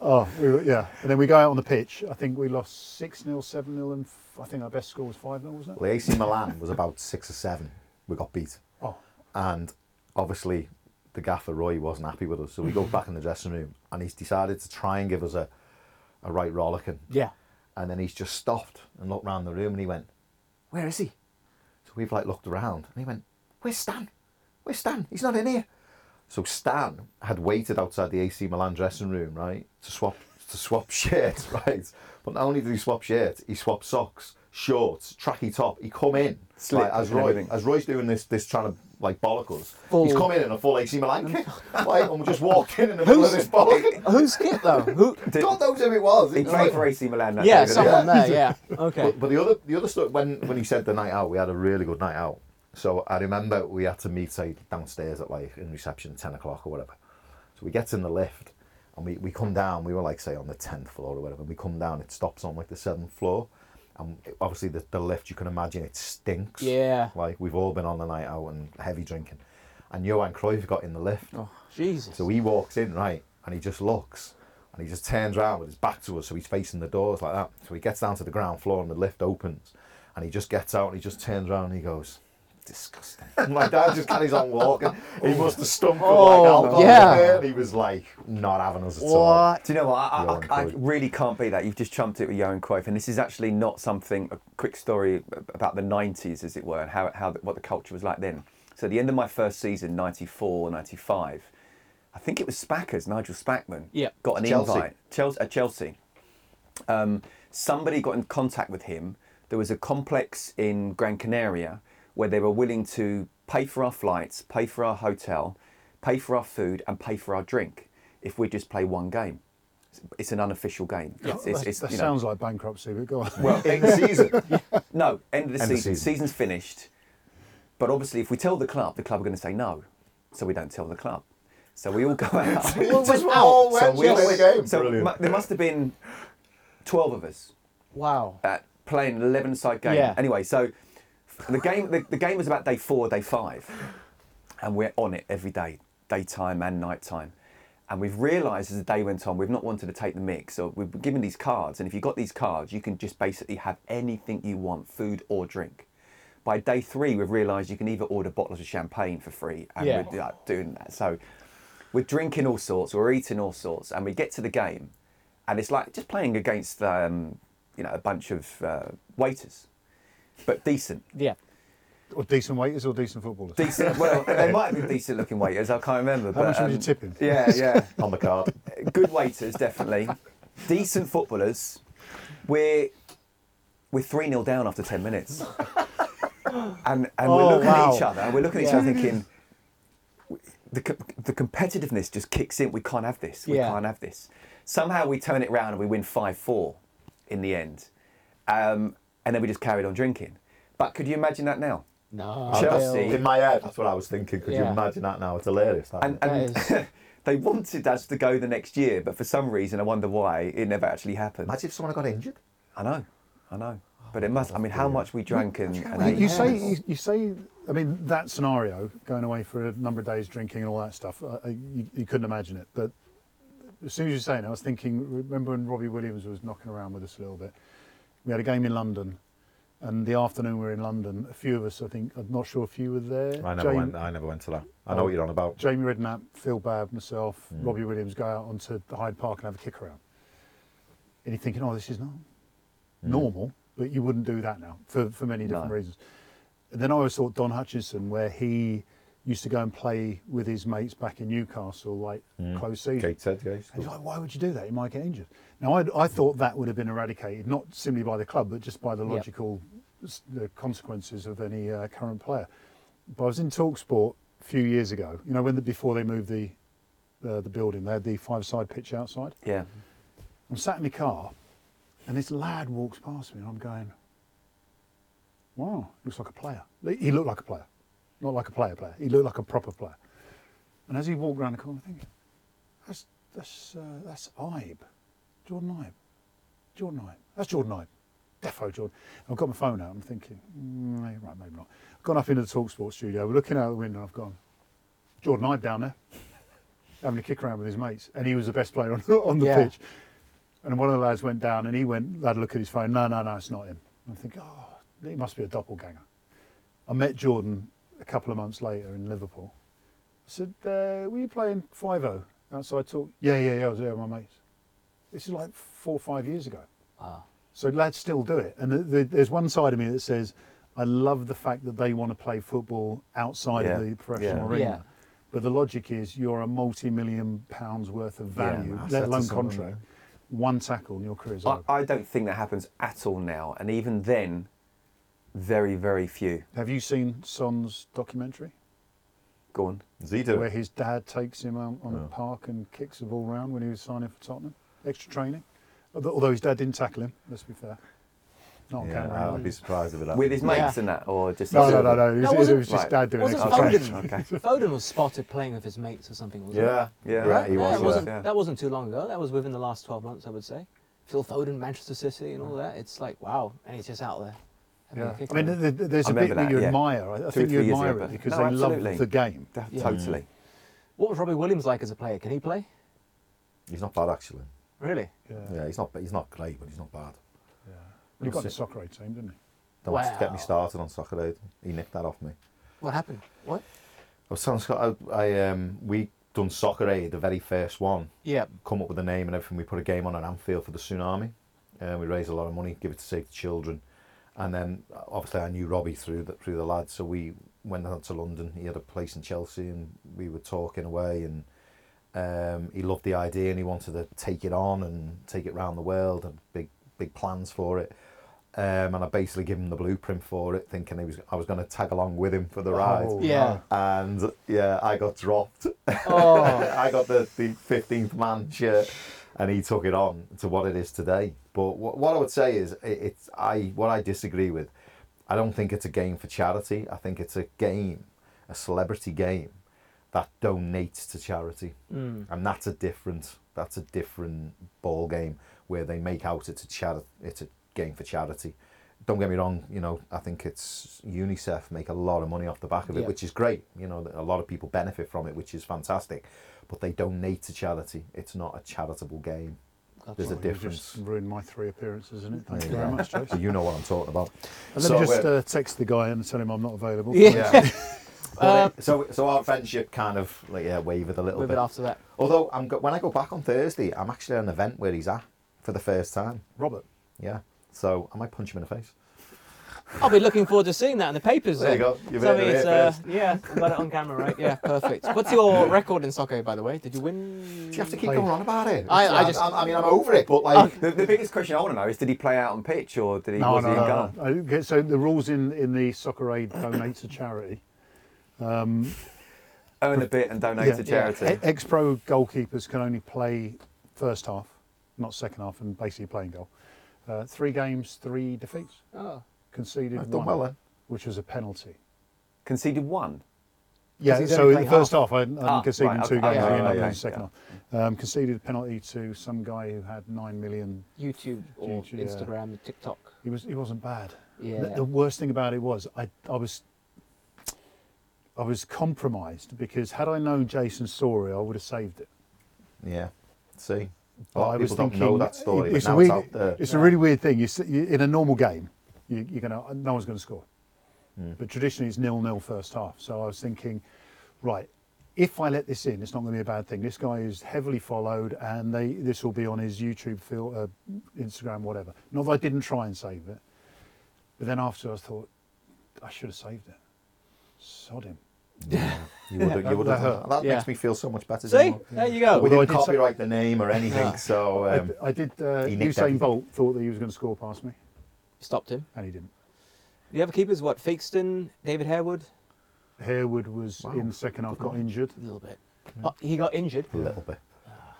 oh, we were, yeah. And then we go out on the pitch. I think we lost 6 0, 7 0, and f- I think our best score was 5 0, wasn't it? Well, AC Milan was about six or seven. We got beat. Oh, And obviously, the gaffer Roy wasn't happy with us. So we go back in the dressing room and he's decided to try and give us a, a right rollicking. Yeah. And then he's just stopped and looked round the room and he went, Where is he? So we've like looked around and he went, Where's Stan? Where's Stan? He's not in here. So Stan had waited outside the AC Milan dressing room, right, to swap to swap shirts, right? But not only did he swap shirts, he swapped socks, shorts, tracky top. He come in Slip like, as and Roy everything. as Roy's doing this this trying to like bollock us. Full- He's come in in a full AC Milan kit, like, and we just walked in in the middle of Who's this bollocking. who's kit though? Who? God knows who it was. He It's played like- for AC Milan that Yeah, day, didn't he? someone there. Yeah. Okay. But, but the other the other stuff when when he said the night out, we had a really good night out. So I remember we had to meet say downstairs at like in reception ten o'clock or whatever. So we get in the lift and we, we come down. We were like say on the tenth floor or whatever. we come down. It stops on like the seventh floor, and it- obviously the, the lift you can imagine it stinks. Yeah. Like we've all been on the night out and heavy drinking, and Johan Cruyff got in the lift. Oh. Jesus. So he walks in, right, and he just looks and he just turns around with his back to us, so he's facing the doors like that. So he gets down to the ground floor and the lift opens and he just gets out and he just turns around and he goes, Disgusting. My dad just carries on walking. He must have stumbled like Oh, alcohol yeah. there. He was like not having us at all. Do you know what? I, Johan I, I, I Cruyff. really can't beat that. You've just trumped it with Johan Cruyff, and this is actually not something. A quick story ab- about the '90s, as it were, and how, how what the culture was like then. So, at the end of my first season, '94, '95, I think it was Spackers, Nigel Spackman, Yeah. got an uh, Chelsea. invite. Chelsea, at Chelsea, um, somebody got in contact with him. there was a complex in Gran Canaria where they were willing to pay for our flights, pay for our hotel, pay for our food, and pay for our drink if we just play one game. It's an unofficial game. It's, it's, that it's, that you know- sounds like bankruptcy, but go on. well, in season. no, end of the End of season. season. Season's finished. But obviously, if we tell the club, the club are going to say no. So we don't tell the club. So we all go out. so Just all went to all play went- the game. So Brilliant. mu- there must have been 12 of us Wow. at playing an 11 side game. Yeah. Anyway, so the game the, the game was about day four, day five, and we're on it every day, daytime and nighttime. And we've realised as the day went on, we've not wanted to take the mix. So we've been given these cards, and if you've got these cards, you can just basically have anything you want, food or drink. By day three, we've realised you can either order bottles of champagne for free, and Yeah. we're like, doing that. So we're drinking all sorts, we're eating all sorts, and we get to the game, and it's like just playing against um, you know a bunch of uh, waiters, but decent, Yeah. or decent waiters or decent footballers. decent. well, they might be decent-looking waiters. I can't remember. How but, much would you um, tip him? Yeah, yeah. on the card. Good waiters, definitely. Decent footballers. We're we're three 0 down after ten minutes, and and Oh, we're looking wow. at each other, and we're looking at Yeah. each other thinking. The, co- the competitiveness just kicks in. We can't have this. We Yeah. can't have this. Somehow we turn it round and we win 5 4 in the end. Um, and then we just carried on drinking. But could you imagine that now? No. Chelsea. In my head, that's what I was thinking. Could you Yeah. imagine that now? It's hilarious. That And, isn't it? and they wanted us to go the next year, but for some reason, I wonder why, it never actually happened. imagine if someone got injured. I know, I know. But it must, I mean, how much we drank and. You, and you ate. say you, you say I mean that scenario going away for a number of days drinking and all that stuff. Uh, uh, you, you couldn't imagine it, but as soon as you were saying, it, I was thinking. Remember when Robbie Williams was knocking around with us a little bit? We had a game in London, and the afternoon we were in London. A few of us, I think, I'm not sure if you were there. I never Jamie- went. I never went to that. I know what you're on about. Jamie Redknapp, Phil Babb, myself, Robbie Williams go out onto the Hyde Park and have a kick around. And you're thinking, oh, this is not normal, but you wouldn't do that now for, for many different No. reasons. And then I always thought Don Hutchinson, where he used to go and play with his mates back in Newcastle, like close season. Gated, yeah. used to And go. you're like, why would you do that? You might get injured. Now, I, I thought that would have been eradicated, not simply by the club, but just by the Yeah. logical s the consequences of any uh, current player. But I was in Talksport a few years ago, you know, when the, before they moved the, uh, the building, they had the five side pitch outside. Yeah. I'm sat in my car, and this lad walks past me, and I'm going, "Wow, looks like a player." He- He looked like a player, not like a player player. He looked like a proper player. And as he walked around the corner, I'm thinking, "That's that's uh, that's Ibe, Jordan Ibe, Jordan Ibe. That's Jordan Ibe, defo Jordan." I've got my phone out. I'm thinking, mm, eh, right, maybe not. I've gone up into the Talk Sports studio. We're looking out the window. and I've gone, Jordan Ibe down there, having a kick around with his mates, and he was the best player on, on the Yeah. pitch. And one of the lads went down and he went, had a look at his phone. No, no, no, it's not him. I think, oh, he must be a doppelganger. I met Jordan a couple of months later in Liverpool. I said, uh, were you playing 5 0 outside talk? Yeah, yeah, yeah, I was there with my mates. This is like four or five years ago. Ah. So lads still do it. And the, the, there's one side of me that says, I love the fact that they want to play football outside of Yeah. the professional Yeah. arena. Yeah. But the logic is you're a multi million pounds worth of Yeah, value, that's- let that's alone a sort of- contract. One tackle and your career's I, over. I don't think that happens at all now. And even then, very, very few. Have you seen Son's documentary Go on. Zito. where his dad takes him out on No. the park and kicks the ball round when he was signing for Tottenham? Extra training. Although although his dad didn't tackle him, let's be fair. Not on Yeah, camera. I would be surprised if it happened. With his mates Yeah. and that, or just. No, no, no, no. It was, No, it wasn't- was just Right. dad doing Wasn't extra Okay, training. Foden? okay. Foden was spotted playing with his mates or something, wasn't Yeah, Yeah. right, he Yeah, was. uh, that, wasn't, yeah. yeah. that wasn't too long ago. That was within the last 12 months, I would say. Phil Foden, Manchester City, and all that. It's like, wow. And he's just out there. having a Yeah. kick I mean, around. th- th- there's I a bit remember that that, you yeah. admire. I- I Two or think you three years admire ago, it but- because No, they absolutely. love the game. Yeah, Mm. Totally. what was Robbie Williams like as a player? Can he play? He's not bad actually. Really? Yeah. Yeah, he's not. He's not great, but he's not bad. He got in the soccer aid team, didn't he? Don't get me Wow. started on soccer aid. He nicked that off me. What happened? What? I was telling Scott, I, I um, we done soccer aid, the very first one. Yeah. Come up with a name and everything. We put a game on at Anfield for the tsunami, and we raised a lot of money, give it to save the children. And then uh, obviously I knew Robbie through the, through the lads, so we went down to London. He had a place in Chelsea, and we were talking away, and um, he loved the idea and he wanted to take it on and take it round the world and big big plans for it. um, and I basically gave him the blueprint for it, thinking he was I was going to tag along with him for the ride. Oh, Yeah. And yeah, I got dropped. Oh, I got the, the 15th man shirt and he took it on to what it is today. But what, what I would say is, it, it's I what I disagree with, I don't think it's a game for charity. I think it's a game, a celebrity game that donates to charity. Mm. And that's a different that's a different ball game where they make out it's a charity it's a game for charity. Don't get me wrong, you know, I think it's UNICEF make a lot of money off the back of it, Yeah. which is great. You know, a lot of people benefit from it, which is fantastic. But they donate to charity. It's not a charitable game. That's There's a Well, you've difference. Just ruined my three appearances, isn't it? Thank There you very go. much, Jason. So you know what I'm talking about. And let me just we're- uh, text the guy and tell him I'm not available. Yeah. yeah. Um, Uh, But it- so so our friendship kind of like yeah wavered a little move bit. it after that. Although I'm go- when I go back on Thursday, I'm actually at an event where he's at for the first time. Robert. Yeah. So I might punch him in the face. I'll be looking forward to seeing that in the papers. There you then. go. You've So I heard mean, it it's, here uh, first. yeah, I've got it on camera, right? Yeah, perfect. What's your record in soccer, by the way? Did you win? Do you have to keep Hey. going on about it? I- I I'm- just- I'm- I, mean, I'm over it, but like, Oh, The, the biggest question I want to know is did he play out on pitch or did he No, was no, he in no, goal? no. Okay, so the rules in, in the Soccer Aid donate to charity. Earn a bit and donate Yeah. to Yeah. charity. E- Ex-pro goalkeepers can only play first half, not second half, and basically playing goal. Uh, three games, three defeats, Oh. conceded I've one, done well then. which was a penalty. Conceded one. Yeah, he's so only in the playing first half, I hadn't, I hadn't Ah, conceded right, in two okay, games, yeah, I ended up yeah, in yeah, the second half. Um, conceded a penalty to some guy who had nine million. YouTube or YouTube, yeah. Instagram, TikTok. He was he wasn't bad. Yeah. The, the worst thing about it was I, I was I was compromised because had I known Jason's story, I would have saved it. yeah. See, a But lot I of was people don't know thinking- that story, It's, but a, now weird, it's out there. it's a really weird thing. You, s- you, in a normal game, you, you're gonna no one's going to score, Hmm. but traditionally it's nil-nil first half. So I was thinking, right, if I let this in, it's not going to be a bad thing. This guy is heavily followed, and they this will be on his YouTube, fil- uh, Instagram, whatever. Not that I didn't try and save it, but then after I thought I should have saved it. Sod him. You would, that- you would that have, that, hurt. that Yeah. makes me feel so much better. See, Didn't there you I? go. We Although I didn't did say- copyright the name or No. anything, so I um, d- I, did. Uh, he nicked Usain everything. Bolt thought that he was going to score past me, Stopped him. and he didn't. The other keepers, what? Fakeston, David Harewood, Harewood was in second half, got injured. a little bit. Mm. Oh, he got injured. a little bit.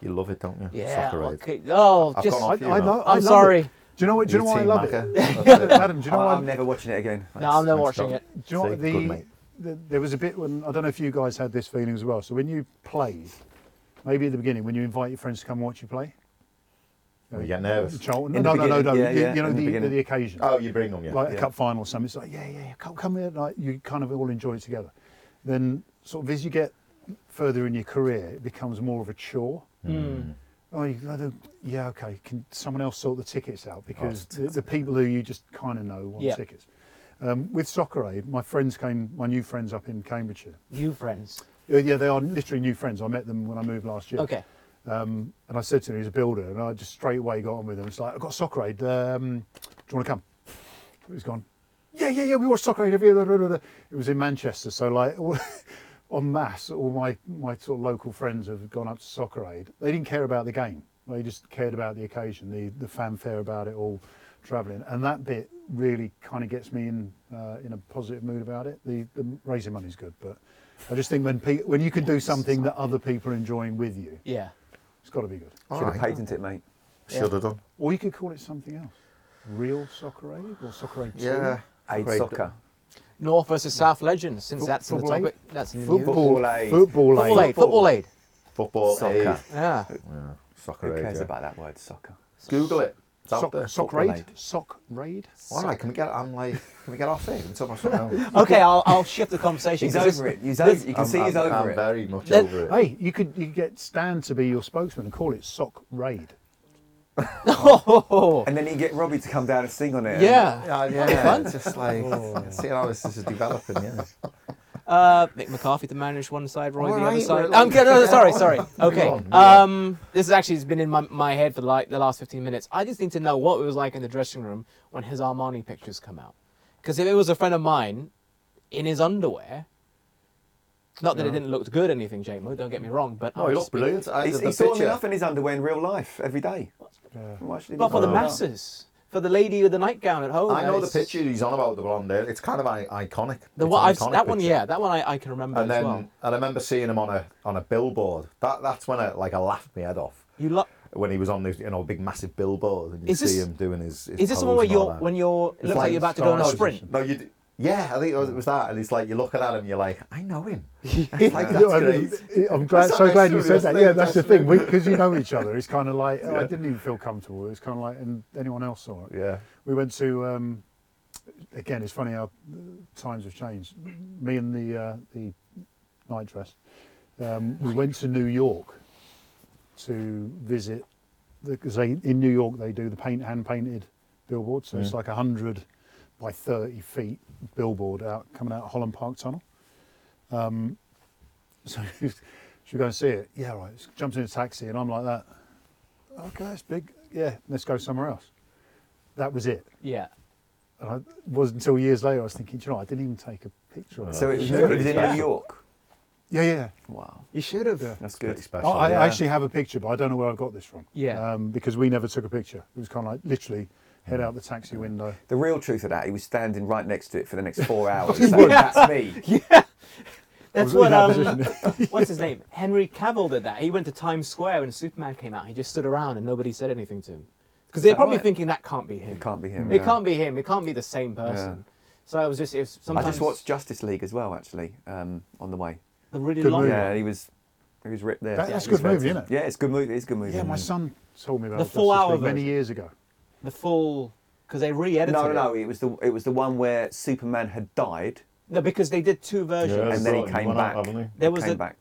You love it, don't you? Yeah. Soccer aid. Okay. Oh, I've just gone off you I now. know- I'm love it. sorry. Do you know what? Do you know why I team love macker. it? That's it. Adam, do you know I, why? I'm never watching it again. No, I'm not thanks, watching John. it. do you know what See, good the, mate. the, there was a bit when I don't know if you guys had this feeling as well. So when you played, maybe at the beginning when you invite your friends to come and watch you play, You get nervous. Charlton. In no, the no, no, no, beginning, yeah, you, yeah, you know in the the, the, beginning. occasion, Oh, you bring them, yeah. like a yeah. cup final or something. It's like yeah, yeah, yeah, come, come here. Like you kind of all enjoy it together. Then sort of as you get further in your career, it becomes more of a chore. Oh, you, I don't- yeah, okay. Can someone else sort the tickets out because the, the people who you just kind of know want Yeah. tickets. Um, with Soccer Aid, my friends came, my new friends up in Cambridgeshire. New friends. Uh, Yeah, they are literally new friends. I met them when I moved last year. Okay. Um, And I said to him, he's a builder, and I just straight away got on with him. It's like, I've got Soccer Aid. Um, do you want to come? He's gone. Yeah, yeah, yeah. We watch Soccer Aid every. Blah, blah, blah. blah." It was in Manchester, so like. all- En masse, all my, my sort of local friends have gone up to Soccer Aid. They didn't care about the game. They just cared about the occasion, the, the fanfare about it all, travelling. And that bit really kind of gets me in uh, in a positive mood about it. The, the raising money's good, but I just think when pe- when you can do something that other people are enjoying with you, Yeah. it's got to be good. All Should have right. patented it, mate. Should have done. Or you could call it something else. Real Soccer Aid or Soccer Aid 2. Yeah. Aid Great. soccer. North versus South legends. Since Fo- that's in the football topic, that's in the news. Football aid. Football Aid. Football aid. Football aid. Football Soccer. aid. Yeah. Yeah. Soccer Who aid, cares yeah. about that word, soccer? Google it. It's out Soc- there. Soccer Football Aid. Aid. Sock Raid. All right, can we get? I'm like, can we get off here? We're talking about something else. Okay, I'll, I'll shift the conversation. He's 'cause this- over it. He's over, you can I'm- see he's I'm- over I'm it. very much Let- over it. Hey, you could you could get Stan to be your spokesman and call it Sock Raid. Oh, And then you get Robbie to come down and sing on it. yeah. Oh. Yeah, yeah. it's just like see how this is developing. Yeah. Uh, Mick McCarthy to manage one side, Roy All the other right, side. we're I'm kidding. No, no, like- sorry, sorry. Okay. on, move on. Um, this has actually been in my, my head for like the last 15 minutes. I just need to know what it was like in the dressing room when his Armani pictures come out. Because if it was a friend of mine in his underwear, not that it didn't look good or anything, JMO, don't get me wrong, but Oh, I'm he just looked brilliant. I He's, did the he saw him picture. enough in his underwear in real life every day. Well, actually, But for the Oh. masses, for the lady with the nightgown at home. I know the It's- picture he's on about the blonde ale. It's kind of I- iconic. The It's one, an I've, iconic that one, picture. yeah, that one I, I can remember And as then well. I remember seeing him on a on a billboard. That that's when I like I laughed my head off You lo- when he was on this you know big massive billboard and you Is see this- him doing his. his Is this the one pose where and all you're that. when you're it It's looks like, like you're about to go on a Star sprint? No, you. d- Yeah, I think it was, it was that, and it's like you're looking at him, you're like, I know him. It's like, that's I mean, great. I'm glad, That's so a glad you said serious that. thing, Yeah, that's the thing. definitely. Because you know each other, it's kind of like oh, I didn't even feel comfortable. It's kind of like, and anyone else saw it. Yeah. We went to. Um, again, it's funny how uh, times have changed. Me and the uh, the night dress. Um, we went to New York to visit because they in New York they do the paint hand painted billboards. So it's like a hundred by thirty feet billboard out coming out of Holland Park Tunnel. Um, So should we go and see it? Yeah, right. She jumps in a taxi, and I'm like that. Okay, it's big. Yeah, let's go somewhere else. That was it. Yeah, And I it wasn't until years later I was thinking, "Do you know, I didn't even take a picture of it. So it was, Yeah. it was in Yeah. New York. yeah, yeah. Wow, you should have. that's Pretty good. special. Oh, I, I yeah. actually have a picture, but I don't know where I got this from. Yeah. Um, because we never took a picture. It was kind of like literally head out the taxi window. The real truth of that, he was standing right next to it for the next four hours. saying, That's me. That's I was what in um, that what's his name? Henry Cavill did that. He went to Times Square when Superman came out. He just stood around and nobody said anything to him because they're that probably right? thinking that can't be him. It can't be him. It no. can't be him. It can't be the same person. So I was just it was I sometimes just watched Justice League as well, actually, um, on the way. the really Good long. movie. Yeah, he was, he was ripped there. That- that's a He good was movie, ripped. isn't it? Yeah, it's a good movie. It's a good movie. Yeah, my son told me about The it full just hour many version. years ago. The full because they re-edited No, no, it. no. It was the it was the one where Superman had died. No, because they did two versions. And then he Right, came went out, back. haven't Mm. There was came a- back.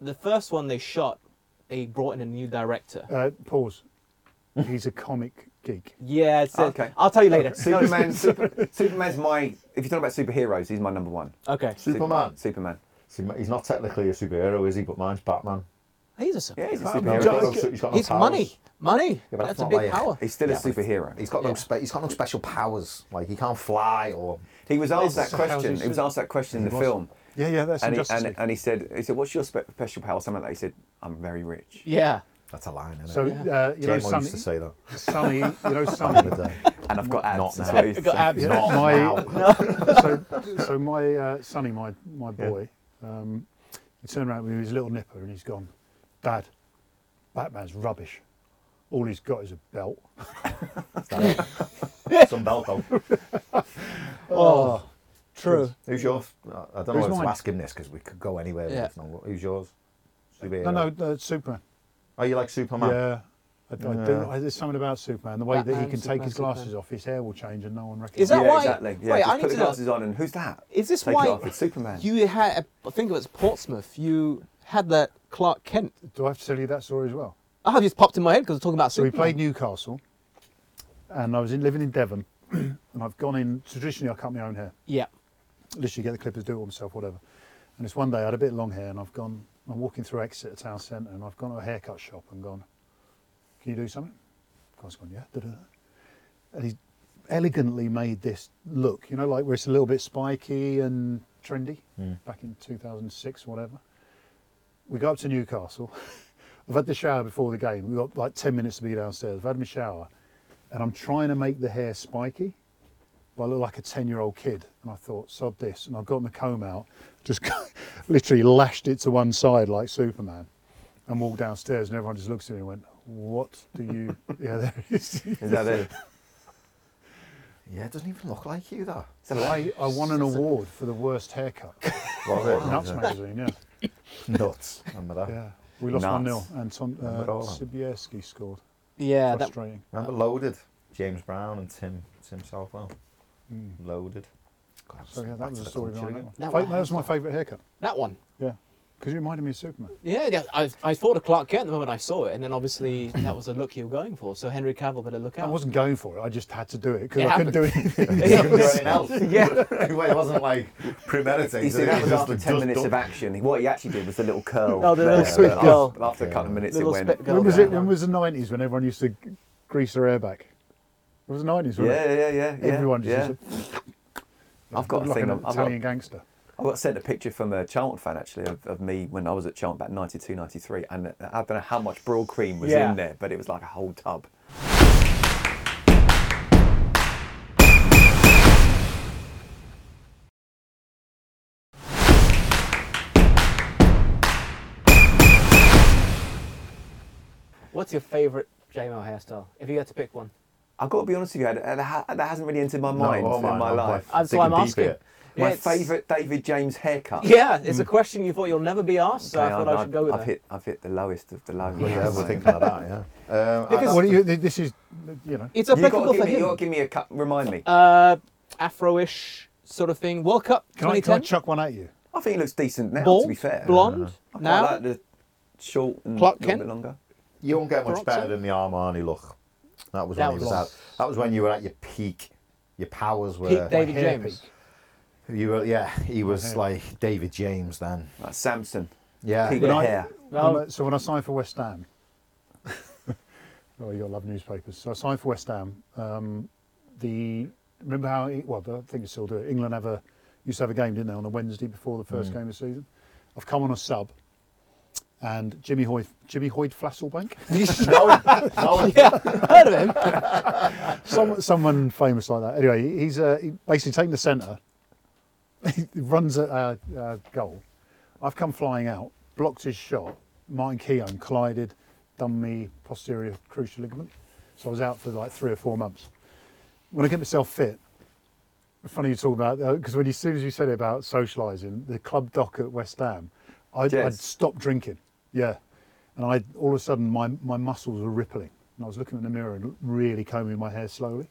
The first one they shot, they brought in a new director. Uh, pause. He's a comic geek. yeah, it's, Okay. I'll tell you later. Superman, Super, Superman's my. If you're talking about superheroes, he's my number one. Okay. Superman. Superman. See, He's not technically a superhero, is he? But mine's Batman. He's a super. Yeah, he's a He's got superhero. no- he's got no He's powers. money. Money. Yeah, but that's, that's a not big like- power. He's still a superhero. He's got no spe- he's got no special powers. Like he can't fly or He was asked that So how's question. he He was super- asked that question in the was. film, Yeah, yeah, that's and he, injustice. and, and he said, "He said, what's your spe- special power?" Something like that. He said, "I'm very rich." Yeah. that's a line, isn't so it? uh, you know, Jamo Sonny, used to say that. Sonny, you know, Back in Sonny. the day. And I've got abs. Not that's now. what he Got said. abs. Not my- now. so, so my uh, Sonny, my my boy, um, he turned around with his little nipper and he's gone, Dad, Batman's rubbish. All he's got is a belt. Some belt though. Oh, true. Who's yours? I- I don't Who's know if mine? to ask him this because we could go anywhere. with Yeah. this now. Who's yours? Superhero. No, no, no, Superman. Oh, you like Superman? Yeah. I, I do. I, there's something about Superman. The way that Batman, he can take his Superman, glasses Superman. off, his hair will change and no one Is recognises. that yeah, why- exactly. Yeah, wait, just I need put the to know- glasses on, and who's that? Is this Take why it off. It's Superman. you had? I think it was Portsmouth. You had that Clark Kent. Do I have to tell you that story as well? I have just popped in my head because we're talking about So we Superman. played Newcastle, and I was in, living in Devon, and I've gone in. Traditionally, I cut my own hair. Yeah. literally get the clippers, do it all myself, whatever. And it's one day I had a bit of long hair, and I've gone. I'm walking through Exeter town centre, and I've gone to a haircut shop and gone. Can you do something? Guy's gone, yeah. Da-da-da. And he's elegantly made this look, you know, like where it's a little bit spiky and trendy. Back in 2006, whatever. We go up to Newcastle. I've had the shower before the game. We've got like 10 minutes to be downstairs. I've had my shower, and I'm trying to make the hair spiky. But I look like a 10 year old kid. And I thought, sod this. And I got my comb out, just literally lashed it to one side like Superman and walked downstairs. And everyone just looks at me and went, What do you. yeah, there it is. Is that it? Yeah, it doesn't even look like you, though. I, I won an award for the worst haircut. Nuts magazine, yeah. Nuts. Remember that? yeah. We lost Nuts. 1 0. And Tom uh, Remember all that. Sibierski scored. Yeah. Uh, That, Frustrating. Remember Loaded? James Brown and Tim Tim Southwell. Loaded. God, So, yeah, back that was to the the story culture behind that That again. one. Fa- one- that was my favourite haircut. that one. Yeah. Because it reminded me of Superman. Yeah, yeah, I, I thought of Clark Kent the moment I saw it, and then obviously that was the look you were going for. So Henry Cavill better look I out. wasn't going for it. I just had to do it because It I couldn't do anything. You couldn't do anything else. Well, it wasn't like premeditated. You see, that It was just- after just 10 minutes done. of action. What he actually did was the little curl. Oh, the little there, spit but curl. After, after a couple of minutes, Little it went. spit curl. When was Yeah. it? When was the nineties when everyone used to g- grease their hair back? It was the nineties, wasn't Yeah, it? yeah, yeah. yeah Everyone just yeah. used to- I've got a like thing. an on- I've got, Italian gangster. I got sent a picture from a Charlton fan actually of, of me when I was at Charlton back 92, 93, and I don't know how much broad cream was Yeah. in there, but it was like a whole tub. What's your favourite JMO hairstyle? If you had to pick one, I've got to be honest with you, Ed, that ha- that hasn't really entered my mind or in oh, mine, my I'm life. quite That's why I'm digging deep asking. here. My It's- favourite David James haircut. Yeah, Mm. it's a question you thought you'll never be asked, so I Okay, thought I should go with I've that. hit, I've hit the lowest of the low. Well, yeah, Yes. we'll think about that. Yeah. Um, I- Well, you, this is, you know, It's You've applicable got to for give me, you've him. got to give me a cut. Remind me. Uh, Afro-ish sort of thing. World Cup can I, can I 2010. chuck one at you? I think he looks decent now. Bald, to be fair, blonde. I quite Now, like the short and Clark a little Kent? bit longer. you won't get much Bronson? better than the Armani look. That was That when he was was- out. That was when you were at your peak. Your powers were. peak David hair James. peak. You were, yeah. He was like David James then. Like Samson. Yeah. Peak When of I- hair. Well- When I- so when I signed for West Ham, oh, you gotta love newspapers. So I signed for West Ham. Um, the remember how it- well I think they still do it. England have a used to have a game, didn't they, on a Wednesday before the first game of the season. I've come on a sub, and Jimmy Hoy, Jimmy Hoyd Flasselbank, Oh, yeah, heard of him. someone, someone famous like that. Anyway, he's uh, he basically taking the centre, he runs at our, our goal. I've come flying out, blocked his shot. Martin Keown collided, done me posterior cruciate ligament. So I was out for like three or four months. When I get myself fit, funny you talk about because when you, as soon as you said it about socialising, the club doc at West Ham, I'd, Yes. I'd stopped drinking, yeah, and I all of a sudden my my muscles were rippling, and I was looking in the mirror and really combing my hair slowly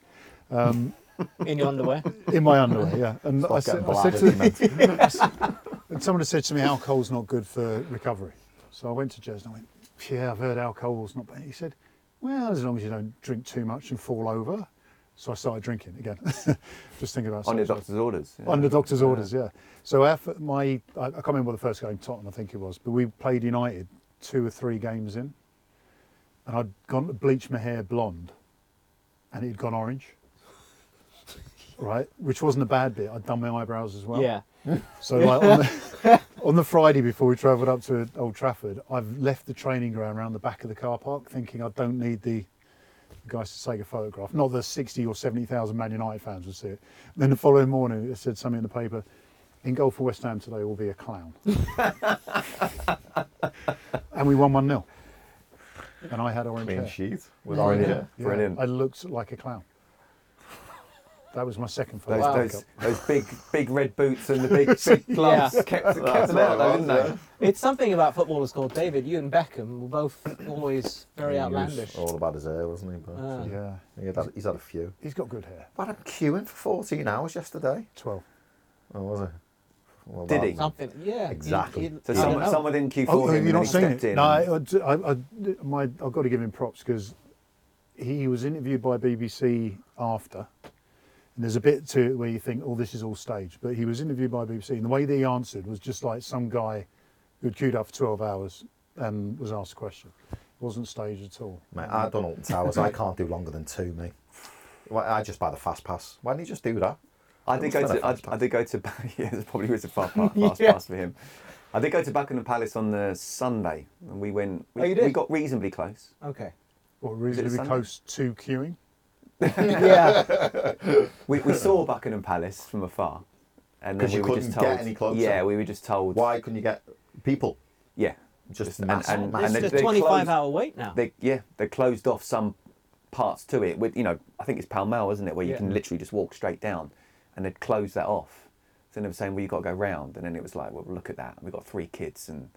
In your underwear. in my underwear, yeah. And I getting said, I said to and someone had said to me, alcohol's not good for recovery. So I went to Jez and I went, yeah, I've heard alcohol's not bad. He said, well, as long as you don't drink too much and fall over. So I started drinking again, just thinking about On your suicide. doctor's orders. yeah. Under doctor's orders, yeah. So our, f- my, I, I can't remember the first game, Tottenham, I think it was, but we played United two or three games in, and I'd gone to bleach my hair blonde, and it had gone orange, right? Which wasn't a bad bit. I'd done my eyebrows as well. yeah. So like on the, on the Friday before we travelled up to Old Trafford, I've left the training ground around the back of the car park, thinking I don't need the guys to take a photograph. Not that sixty or seventy thousand Man United fans would see it. then the following morning, it said something in the paper: "In goal for West Ham today will be a clown," and we won one 0 And I had orange Clean hair. sheet with orange Brilliant. hair. Yeah, Brilliant. I looked like a clown. That was my second photo. Those, Wow. those, those big, big red boots and the big, big gloves kept, kept them what out, it though, was, didn't they? yeah. It's something about footballers called David. You and Beckham were both always very He was outlandish. All about his hair, wasn't he? But, Ah. uh, Yeah, he had that- he's had a few. he's got good hair. But I'm queuing for 14 hours yesterday. Twelve. Oh, was it? Well, Did he? Something. Yeah. Exactly. You, you, So I don't someone, know. someone didn't queue for Oh, him. have you and he not seen stepped it? in No, I, and- I, I, I- my, I've got to give him props because he was interviewed by BBC after, and there's a bit to it where you think, oh, this is all staged. But he was interviewed by BBC, and the way that he answered was just like some guy who'd queued up for 12 hours and was asked a question. It wasn't staged at all. Mate, I've done Alton Towers. I can't do longer than two, mate. Why I just buy the fast pass. Why don't you just do that? I did It go was to I, fast I pass. did go to yeah there probably was a fast, pass- fast Yeah. pass for him. I did go to Buckingham Palace on the Sunday and we went. We, Oh, you did? we got reasonably close. Okay. Or reasonably Sunday? close to queuing. Yeah. We, we saw Buckingham Palace from afar, and then 'Cause we you were just couldn't told. get any closer. Yeah, we were just told. Why couldn't you get people? Yeah, Just and, mass- and, mass- and It's they, a they 25 closed, hour wait now. They yeah they closed off some parts to it. With you know I think it's Pall Mall, isn't it, where you Yeah. can literally just walk straight down, and they'd closed that off. So then they were saying, well, you got to go round, and then it was like, well, look at that, and we got three kids, and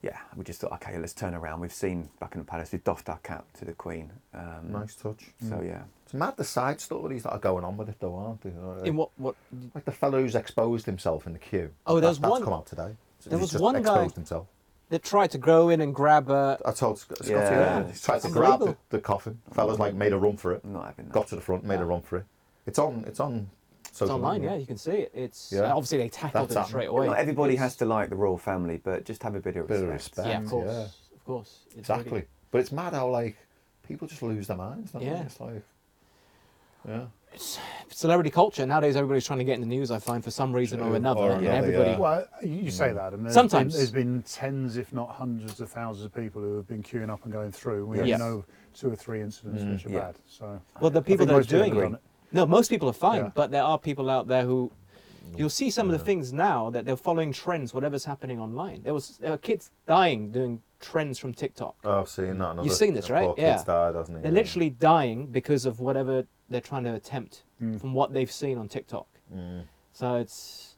yeah, we just thought, okay, let's turn around. We've seen Buckingham Palace, we've doffed our cap to the Queen. Um, Nice touch. So yeah, Mm. It's mad the side stories that are going on with it, though, aren't they? In what? What? Like the fellow who's exposed himself in the queue. Oh, there's that, one- That's come out today. So there he's was just one guy- exposed himself. They tried to grow in and grab uh, a. I told Sc- Scotty Yeah. earlier, he's tried to It's grab the, illegal. the coffin. Fellas like made a run for it. I'm not having that. Got to the front, made a run for it. It's on. It's on. It's Social online, yeah, media. you can see it. It's Yeah. obviously they tackled That's it happened. straight away. Not everybody It's- has to like the royal family, but just have a bit of Bit respect. of respect. Yeah, of Yeah. course, of course. It's Exactly. really- But it's mad how like people just lose their minds. Don't Yeah. They? It's like. Yeah. celebrity culture nowadays. Everybody's trying to get in the news. I find for some reason or Or another, and another, everybody. Yeah. Well, you you say that, and there's Sometimes. been, there's been tens, if not hundreds of thousands of people who have been queuing up and going through. We Yes. know two or three incidents which are yeah. bad. So Well, the people think that are most people doing agree it. on it. No, most people are fine, Yeah. but there are people out there who. You'll see some of the things now that they're following trends, whatever's happening online. There was there were kids dying doing trends from TikTok. Oh, I've seen that. Another, You've seen this, a right? poor Yeah. Kid's died, hasn't he? They're Yeah. literally dying because of whatever they're trying to attempt from what they've seen on TikTok. Mm. So it's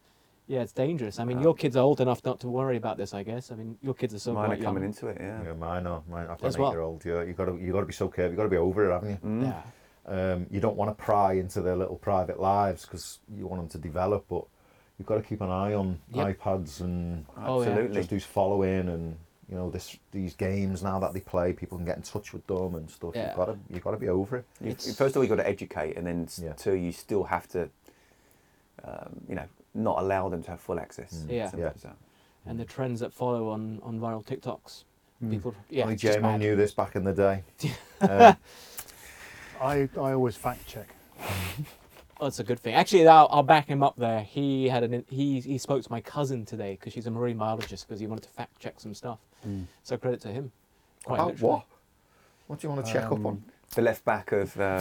yeah, it's dangerous. I mean, your kids are old enough not to worry about this, I guess. I mean, your kids are so Mine are quite coming young. into it, yeah. Yeah, mine are. Mine, I've got As an well. Mm. eight-year-old. You you got to you got to be so careful. You got to be over it, haven't you? Yeah. Um, you don't want to pry into their little private lives because you want them to develop, but you've got to keep an eye on Yep. iPads and Oh, yeah. Absolutely. just who's following and you know this these games now that they play. People can get in touch with them and stuff. Yeah. You've got to you've got to be over it. You, It's- first of all, you've got to educate, and then s Yeah. two, you still have to, um, you know, not allow them to have full access. Mm. Yeah. Simple Yeah. as that. And the trends that follow on on viral TikToks. Mm. People, yeah, Only it's just Jamie mad. knew this back in the day. um, I, I always fact check. Oh, that's a good thing. Actually, I'll, I'll back him up there. He had an he he spoke to my cousin today because she's a marine biologist because he wanted to fact check some stuff. Hmm. So credit to him. Quite about literally. Oh, Um, what? What do you Um, want to check up on? The left back of uh,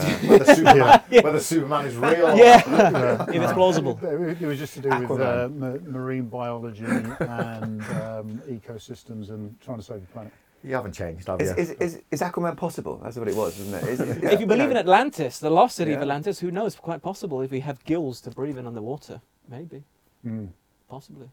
Whether Superman, whether Superman is real. or- Yeah, if it's plausible. It it was just to do with uh, ma- marine biology and um, ecosystems and trying to save the planet. You haven't changed, have is, you? is, is, is Aquaman possible? That's what it was, isn't it? Is- yeah, If you believe in know, Atlantis, the lost city of Yeah. Atlantis, who knows? Quite possible if we have gills to breathe in underwater, maybe, Hmm. Mm. possibly.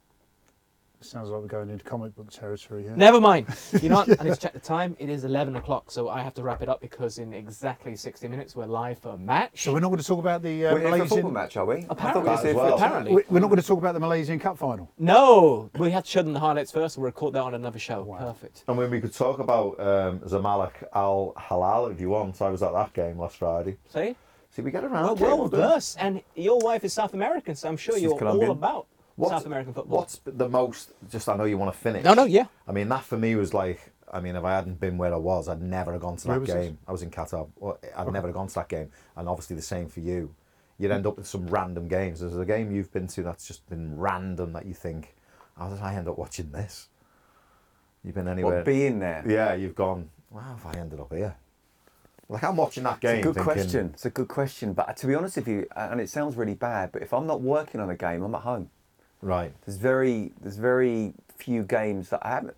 Sounds like we're going into comic book territory here. Never mind. You know what? I need to check the time. It is 11 o'clock, so I have to wrap it up because in exactly 60 minutes we're live for a match. So we're not going to talk about the uh, we're here for a football Malaysian. match, are we? Apparently. I thought we were here for- Well, Apparently. we- We're not going to talk about the Malaysian Cup final. No, we had to show them the highlights first. We'll record that on another show. Wow. Perfect. And when we could talk about um, Zamalek Al Halal if you want. I was at that game last Friday. See? See, we get around. Oh, Well, to it, well don't we? versed. And your wife is South American, so I'm sure She's you're Colombian. all about What's- South American football. What's the most? Just I know you want to finish. No, no, yeah. I mean that for me was like. I mean, if I hadn't been where I was, I'd never have gone to Where that was this? game. I was in Qatar. Well, I'd never have gone to that game, and obviously the same for you. You'd end up with some random games. There's a game you've been to that's just been random that you think, how did I end up watching this? You've been anywhere? What, being there? Yeah, you've gone. Wow, have I ended up here? Like I'm watching that game. It's a good thinking, question. It's a good question. But to be honest with you, uh, and it sounds really bad, but if I'm not working on a game, I'm at home. Right. There's very there's very few games that I haven't.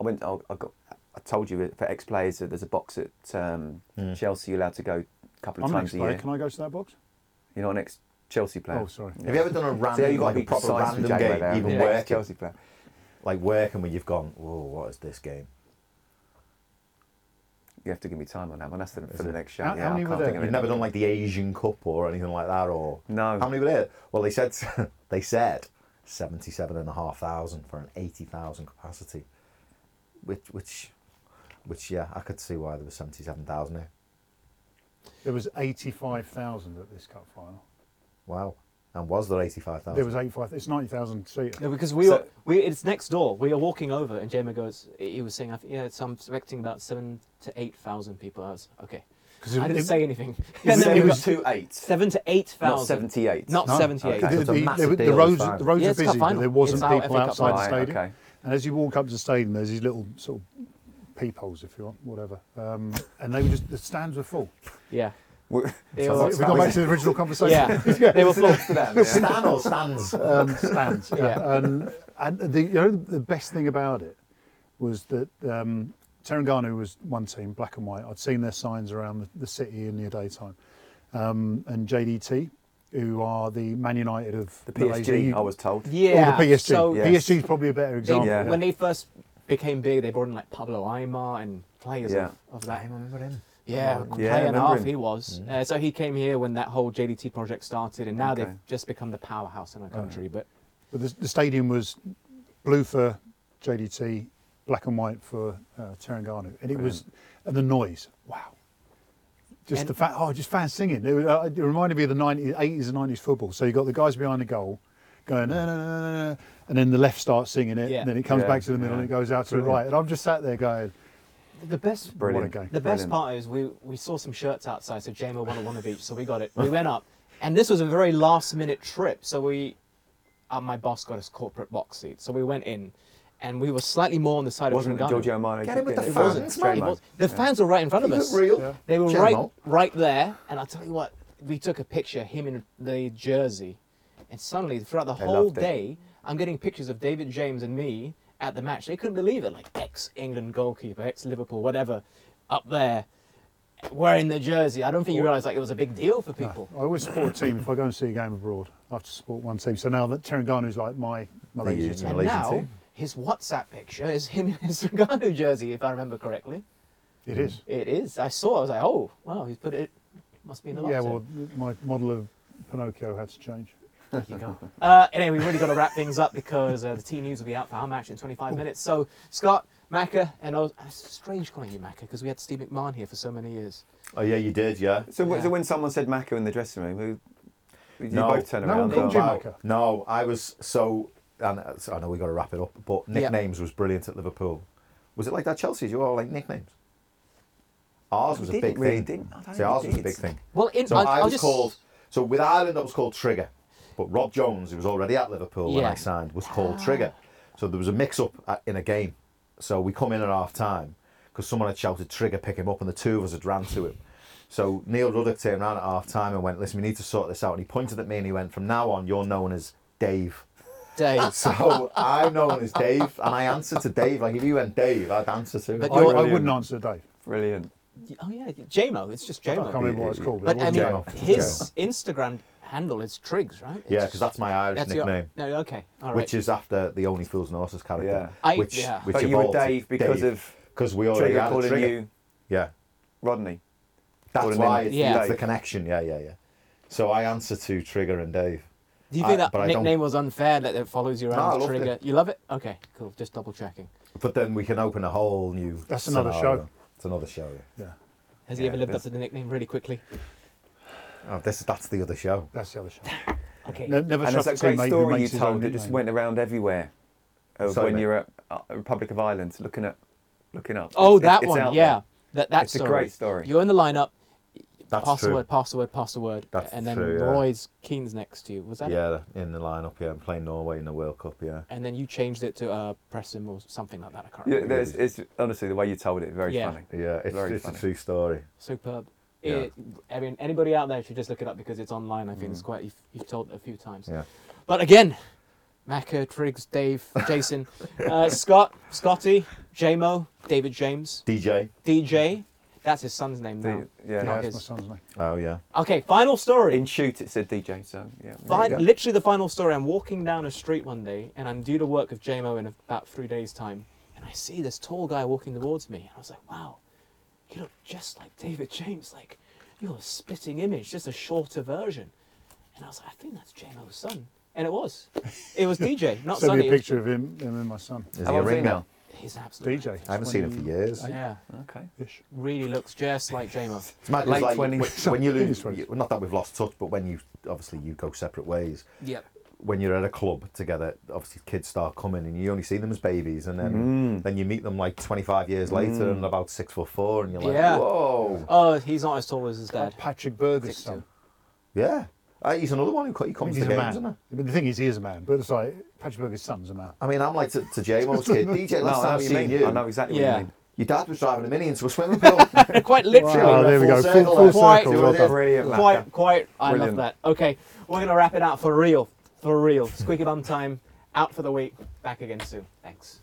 I went. oh, I, I got. I told you for ex players that there's a box at um, Hmm. Chelsea. You're allowed to go a couple of I'm an times a ex-player. year. Can I go to that box? You're not an ex Chelsea player. Oh, sorry. Have you ever done a So yeah, random, you've got like to a be proper precise with random Jago game, there. even yeah. working, Chelsea player. like working when you've gone, whoa, what is this game? You have to give me time on that one. That's the, for it? the next show. How- yeah, how I many can't were think there? of You've it. never done like the Asian Cup or anything like that, or No. How many were there? Well, they said they said seventy-seven and a half thousand for an eighty thousand capacity, which which which yeah, I could see why there was seventy-seven thousand here. There was 85,000 at this Cup final. Wow. And was there eighty-five Oh. There thousand? was 85. It's 90,000 seater. No, because we So- were, we it's next door. We are walking over, and Jamie goes. He was saying, I think, "Yeah, so I'm expecting about seven to eight thousand people." I was okay. 'Cause it- I didn't it- say anything. It And was, then we it was got two eight, seven to eight not thousand. seventy-eight. Not No. 78. Okay. That's The, a the- massive the- deal the at roads, the time. the roads Yeah, are it's cup busy, but final. there wasn't It's our people FA Cup outside the final. Right, stadium. okay. And as you walk up to the stadium, there's these little sort of peepholes, if you want, whatever. Um, and they were just the stands were full. Yeah. We're- They Sounds were- like If we go back to the original conversation, yeah. They were full. yeah. Stan or stands? um, stands. Yeah. Yeah. And, and the, you know, the best thing about it was that um, Terengganu was one team, black and white. I'd seen their signs around the, the city in the daytime. Um, and JDT, who are the Man United of The Malaysia. PSG, you- I was told. Yeah. Or the PSG. So Yeah. PSG is probably a better they- example. Yeah. when they first became big, they brought in like Pablo Aymar and players Yeah. of, of that. remember him. Yeah, player I and a remember half him. he was. Uh, so he came here when that whole JDT project started, and now Okay. Oh, they've just become the powerhouse in our country. But But the, the stadium was blue for JDT, black and white for uh, Terengganu, and it was and the noise. Wow. Just And- the fact, oh, just fans singing. It, was- uh, it reminded me of the 90s, 80s and 90s football. So you got the guys behind the goal going, no, no, no, no, no," and then the left starts singing it, Yeah. and then it comes Yeah, back to the middle and yeah. it goes out to the right. And I'm just sat there going, the best Brilliant. What a game. The best Brilliant. part is we, we saw some shirts outside, so Jamo wanted one of each, so we got it. We went up, and this was a very last minute trip, so we, uh, my boss got us corporate box seats, so we went in, and we were slightly more on the side Wasn't of Terengganu. Giorgio Armani? Get him with the It It wasn't. wasn't. fans, mate. It Straight was- man. the fans were right in front of He us. looked real. Yeah. They were right, Jamo. right there, and I tell you what, we took a picture him in the jersey, and suddenly throughout the They whole loved it. day, I'm getting pictures of David James and me at the match. They couldn't believe it. Like ex England goalkeeper, ex Liverpool, whatever, up there wearing the jersey. I don't think you realise like it was a big deal for people. I always support a team if I go and see a game abroad. I have to support one team. So now that Terengganu is like my Malaysia It's a team. And Malaysian now team. his WhatsApp picture is him in his Lugano jersey, if I remember correctly. It is. It is. I saw. I was like, oh wow, he's put it. Must be in the Yeah, lockdown. well, my model of Pinocchio had to change. There you go. Uh, anyway, we've really got to wrap things up because uh, the T news will be out for our match in 25 minutes. So, Scott, Macca, and I was, it's strange calling you Macca because we had Steve McMahon here for so many years. Oh yeah, you did, yeah. So, w Yeah. so when someone said Mako in the dressing room, who you No. both turn No around. one called and you go, Mac. Schumacher. No, I was so, and uh, so I know we got to wrap it up, but nicknames was brilliant at Liverpool. Was it like that Chelsea's? You all like nicknames. Ours We was a didn't big really, thing. didn't- I don't See, think ours we was a did. big thing. Well, in, So I'll, I I'll was just, called. So with Ireland, I was called Trigger, but Rob Jones, who was already at Liverpool when Yeah. I signed, was called Trigger. So there was a mix-up at, in a game. So we come in at half time because someone had shouted Trigger, pick him up, and the two of us had ran to him. So Neil Ruddock turned around at half time and went, "Listen, we need to sort this out." And he pointed at me and he went, "From now on, you're known as Dave." Dave. So I'm known as Dave, and I answer to Dave. Like if you went Dave, I'd answer to him. But I, you're- I wouldn't answer Dave. Brilliant. Oh, yeah, JMO. It's just I can't JMO. remember what it's called. But But, it I wasn't mean, Jamo. his Instagram handle is Triggs, right? yeah, It's- because that's my Irish that's your- nickname. No, okay. All right. which is after the Only Fools and Horses character. Yeah. I- which, yeah. which But you were evolved to Dave because of because we already Trigger had a calling trigger. you Yeah, Rodney. that's calling why. him It's, Yeah. that's the Dave. connection. Yeah, yeah, yeah. So I answer to Trigger and Dave. Do you think I- but that I don't- nickname was unfair that it follows you No, I around as loved Trigger? it. You love it? Okay, cool. Just double checking. But then we can open a whole new. That's another scenario. show. It's another show. yeah. Yeah, Has he Yeah, ever lived up that's- to the nickname really quickly? Oh, this that's the other show. that's the other show. Okay. Ne- Never And trust there's that a great teammate who story you makes his own told that just nickname. went around everywhere of Sorry, when mate. you're at uh, Republic of Ireland looking at looking up. Oh, It's- that it's out one, there. yeah. That that It's a story. great story. You're in the lineup. That's pass the true. word, pass the word, pass the word, That's and then true, yeah. Roy's Keane's next to you. Was that? it? Yeah, in the lineup. Yeah, and playing Norway in the World Cup. Yeah. And then you changed it to uh, Preston or something like that. I can't Yeah, remember. there's, it's honestly the way you told it, very Yeah. funny. Yeah, it's, Very it's a funny. true story. Superb. Yeah. It, I mean, anybody out there should just look it up because it's online. I think it's quite. You've, you've told it a few times. Mm. Yeah. But again, Macca, Triggs, Dave, Jason, uh, Scott, Scotty, JMO, David James, DJ. DJ. That's his son's name now. The- yeah. not Yeah, that's my his. son's name. Oh yeah. Okay, final story. In shoot, it said DJ. So yeah. Fin- Yeah. Literally the final story. I'm walking down a street one day, and I'm due to work with JMO in about three days' time, and I see this tall guy walking towards me, and I was like, "Wow, you look just like David James. Like, you're a splitting image, just a shorter version." And I was like, "I think that's JMO's son," and it was. It was DJ, not Send Sonny. me a picture of him, him and my son. Is How he a old's he ring now? now? He's absolutely. DJ. I haven't seen him for years. Yeah, Okay. Ish. really looks just like JMO. It's mad 'cause, Late like, 20s. when you lose, Sorry. you- not that we've lost touch, but when you obviously you go separate ways. Yep. When you're at a club together, obviously kids start coming, and you only see them as babies, and Mm. then then you meet them like 25 years later, and about six foot four, and you're like, Yeah. whoa, Oh, he's not as tall as his dad. Patrick Berger's Six two. son. yeah. Uh, he's another one who co- he I mean, comes he's to a games, isn't man. he? But the thing is, he is a man. But it's like Patrick Berger's son's a man. I mean, I'm like to, to J-Mo's kid, DJ. No, I Last know time what we you mean. seen you, I know exactly Yeah. what you mean. your dad was driving a mini into a swimming pool. Quite literally. Wow. Oh, there we Full go. Full, circle full there. Quite- circle. See what Well it done. is? Brilliant. quite, quite. I Brilliant. love that. Okay, we're gonna wrap it out for real, for real. Squeaky bum time. Out for the week. Back again soon. Thanks.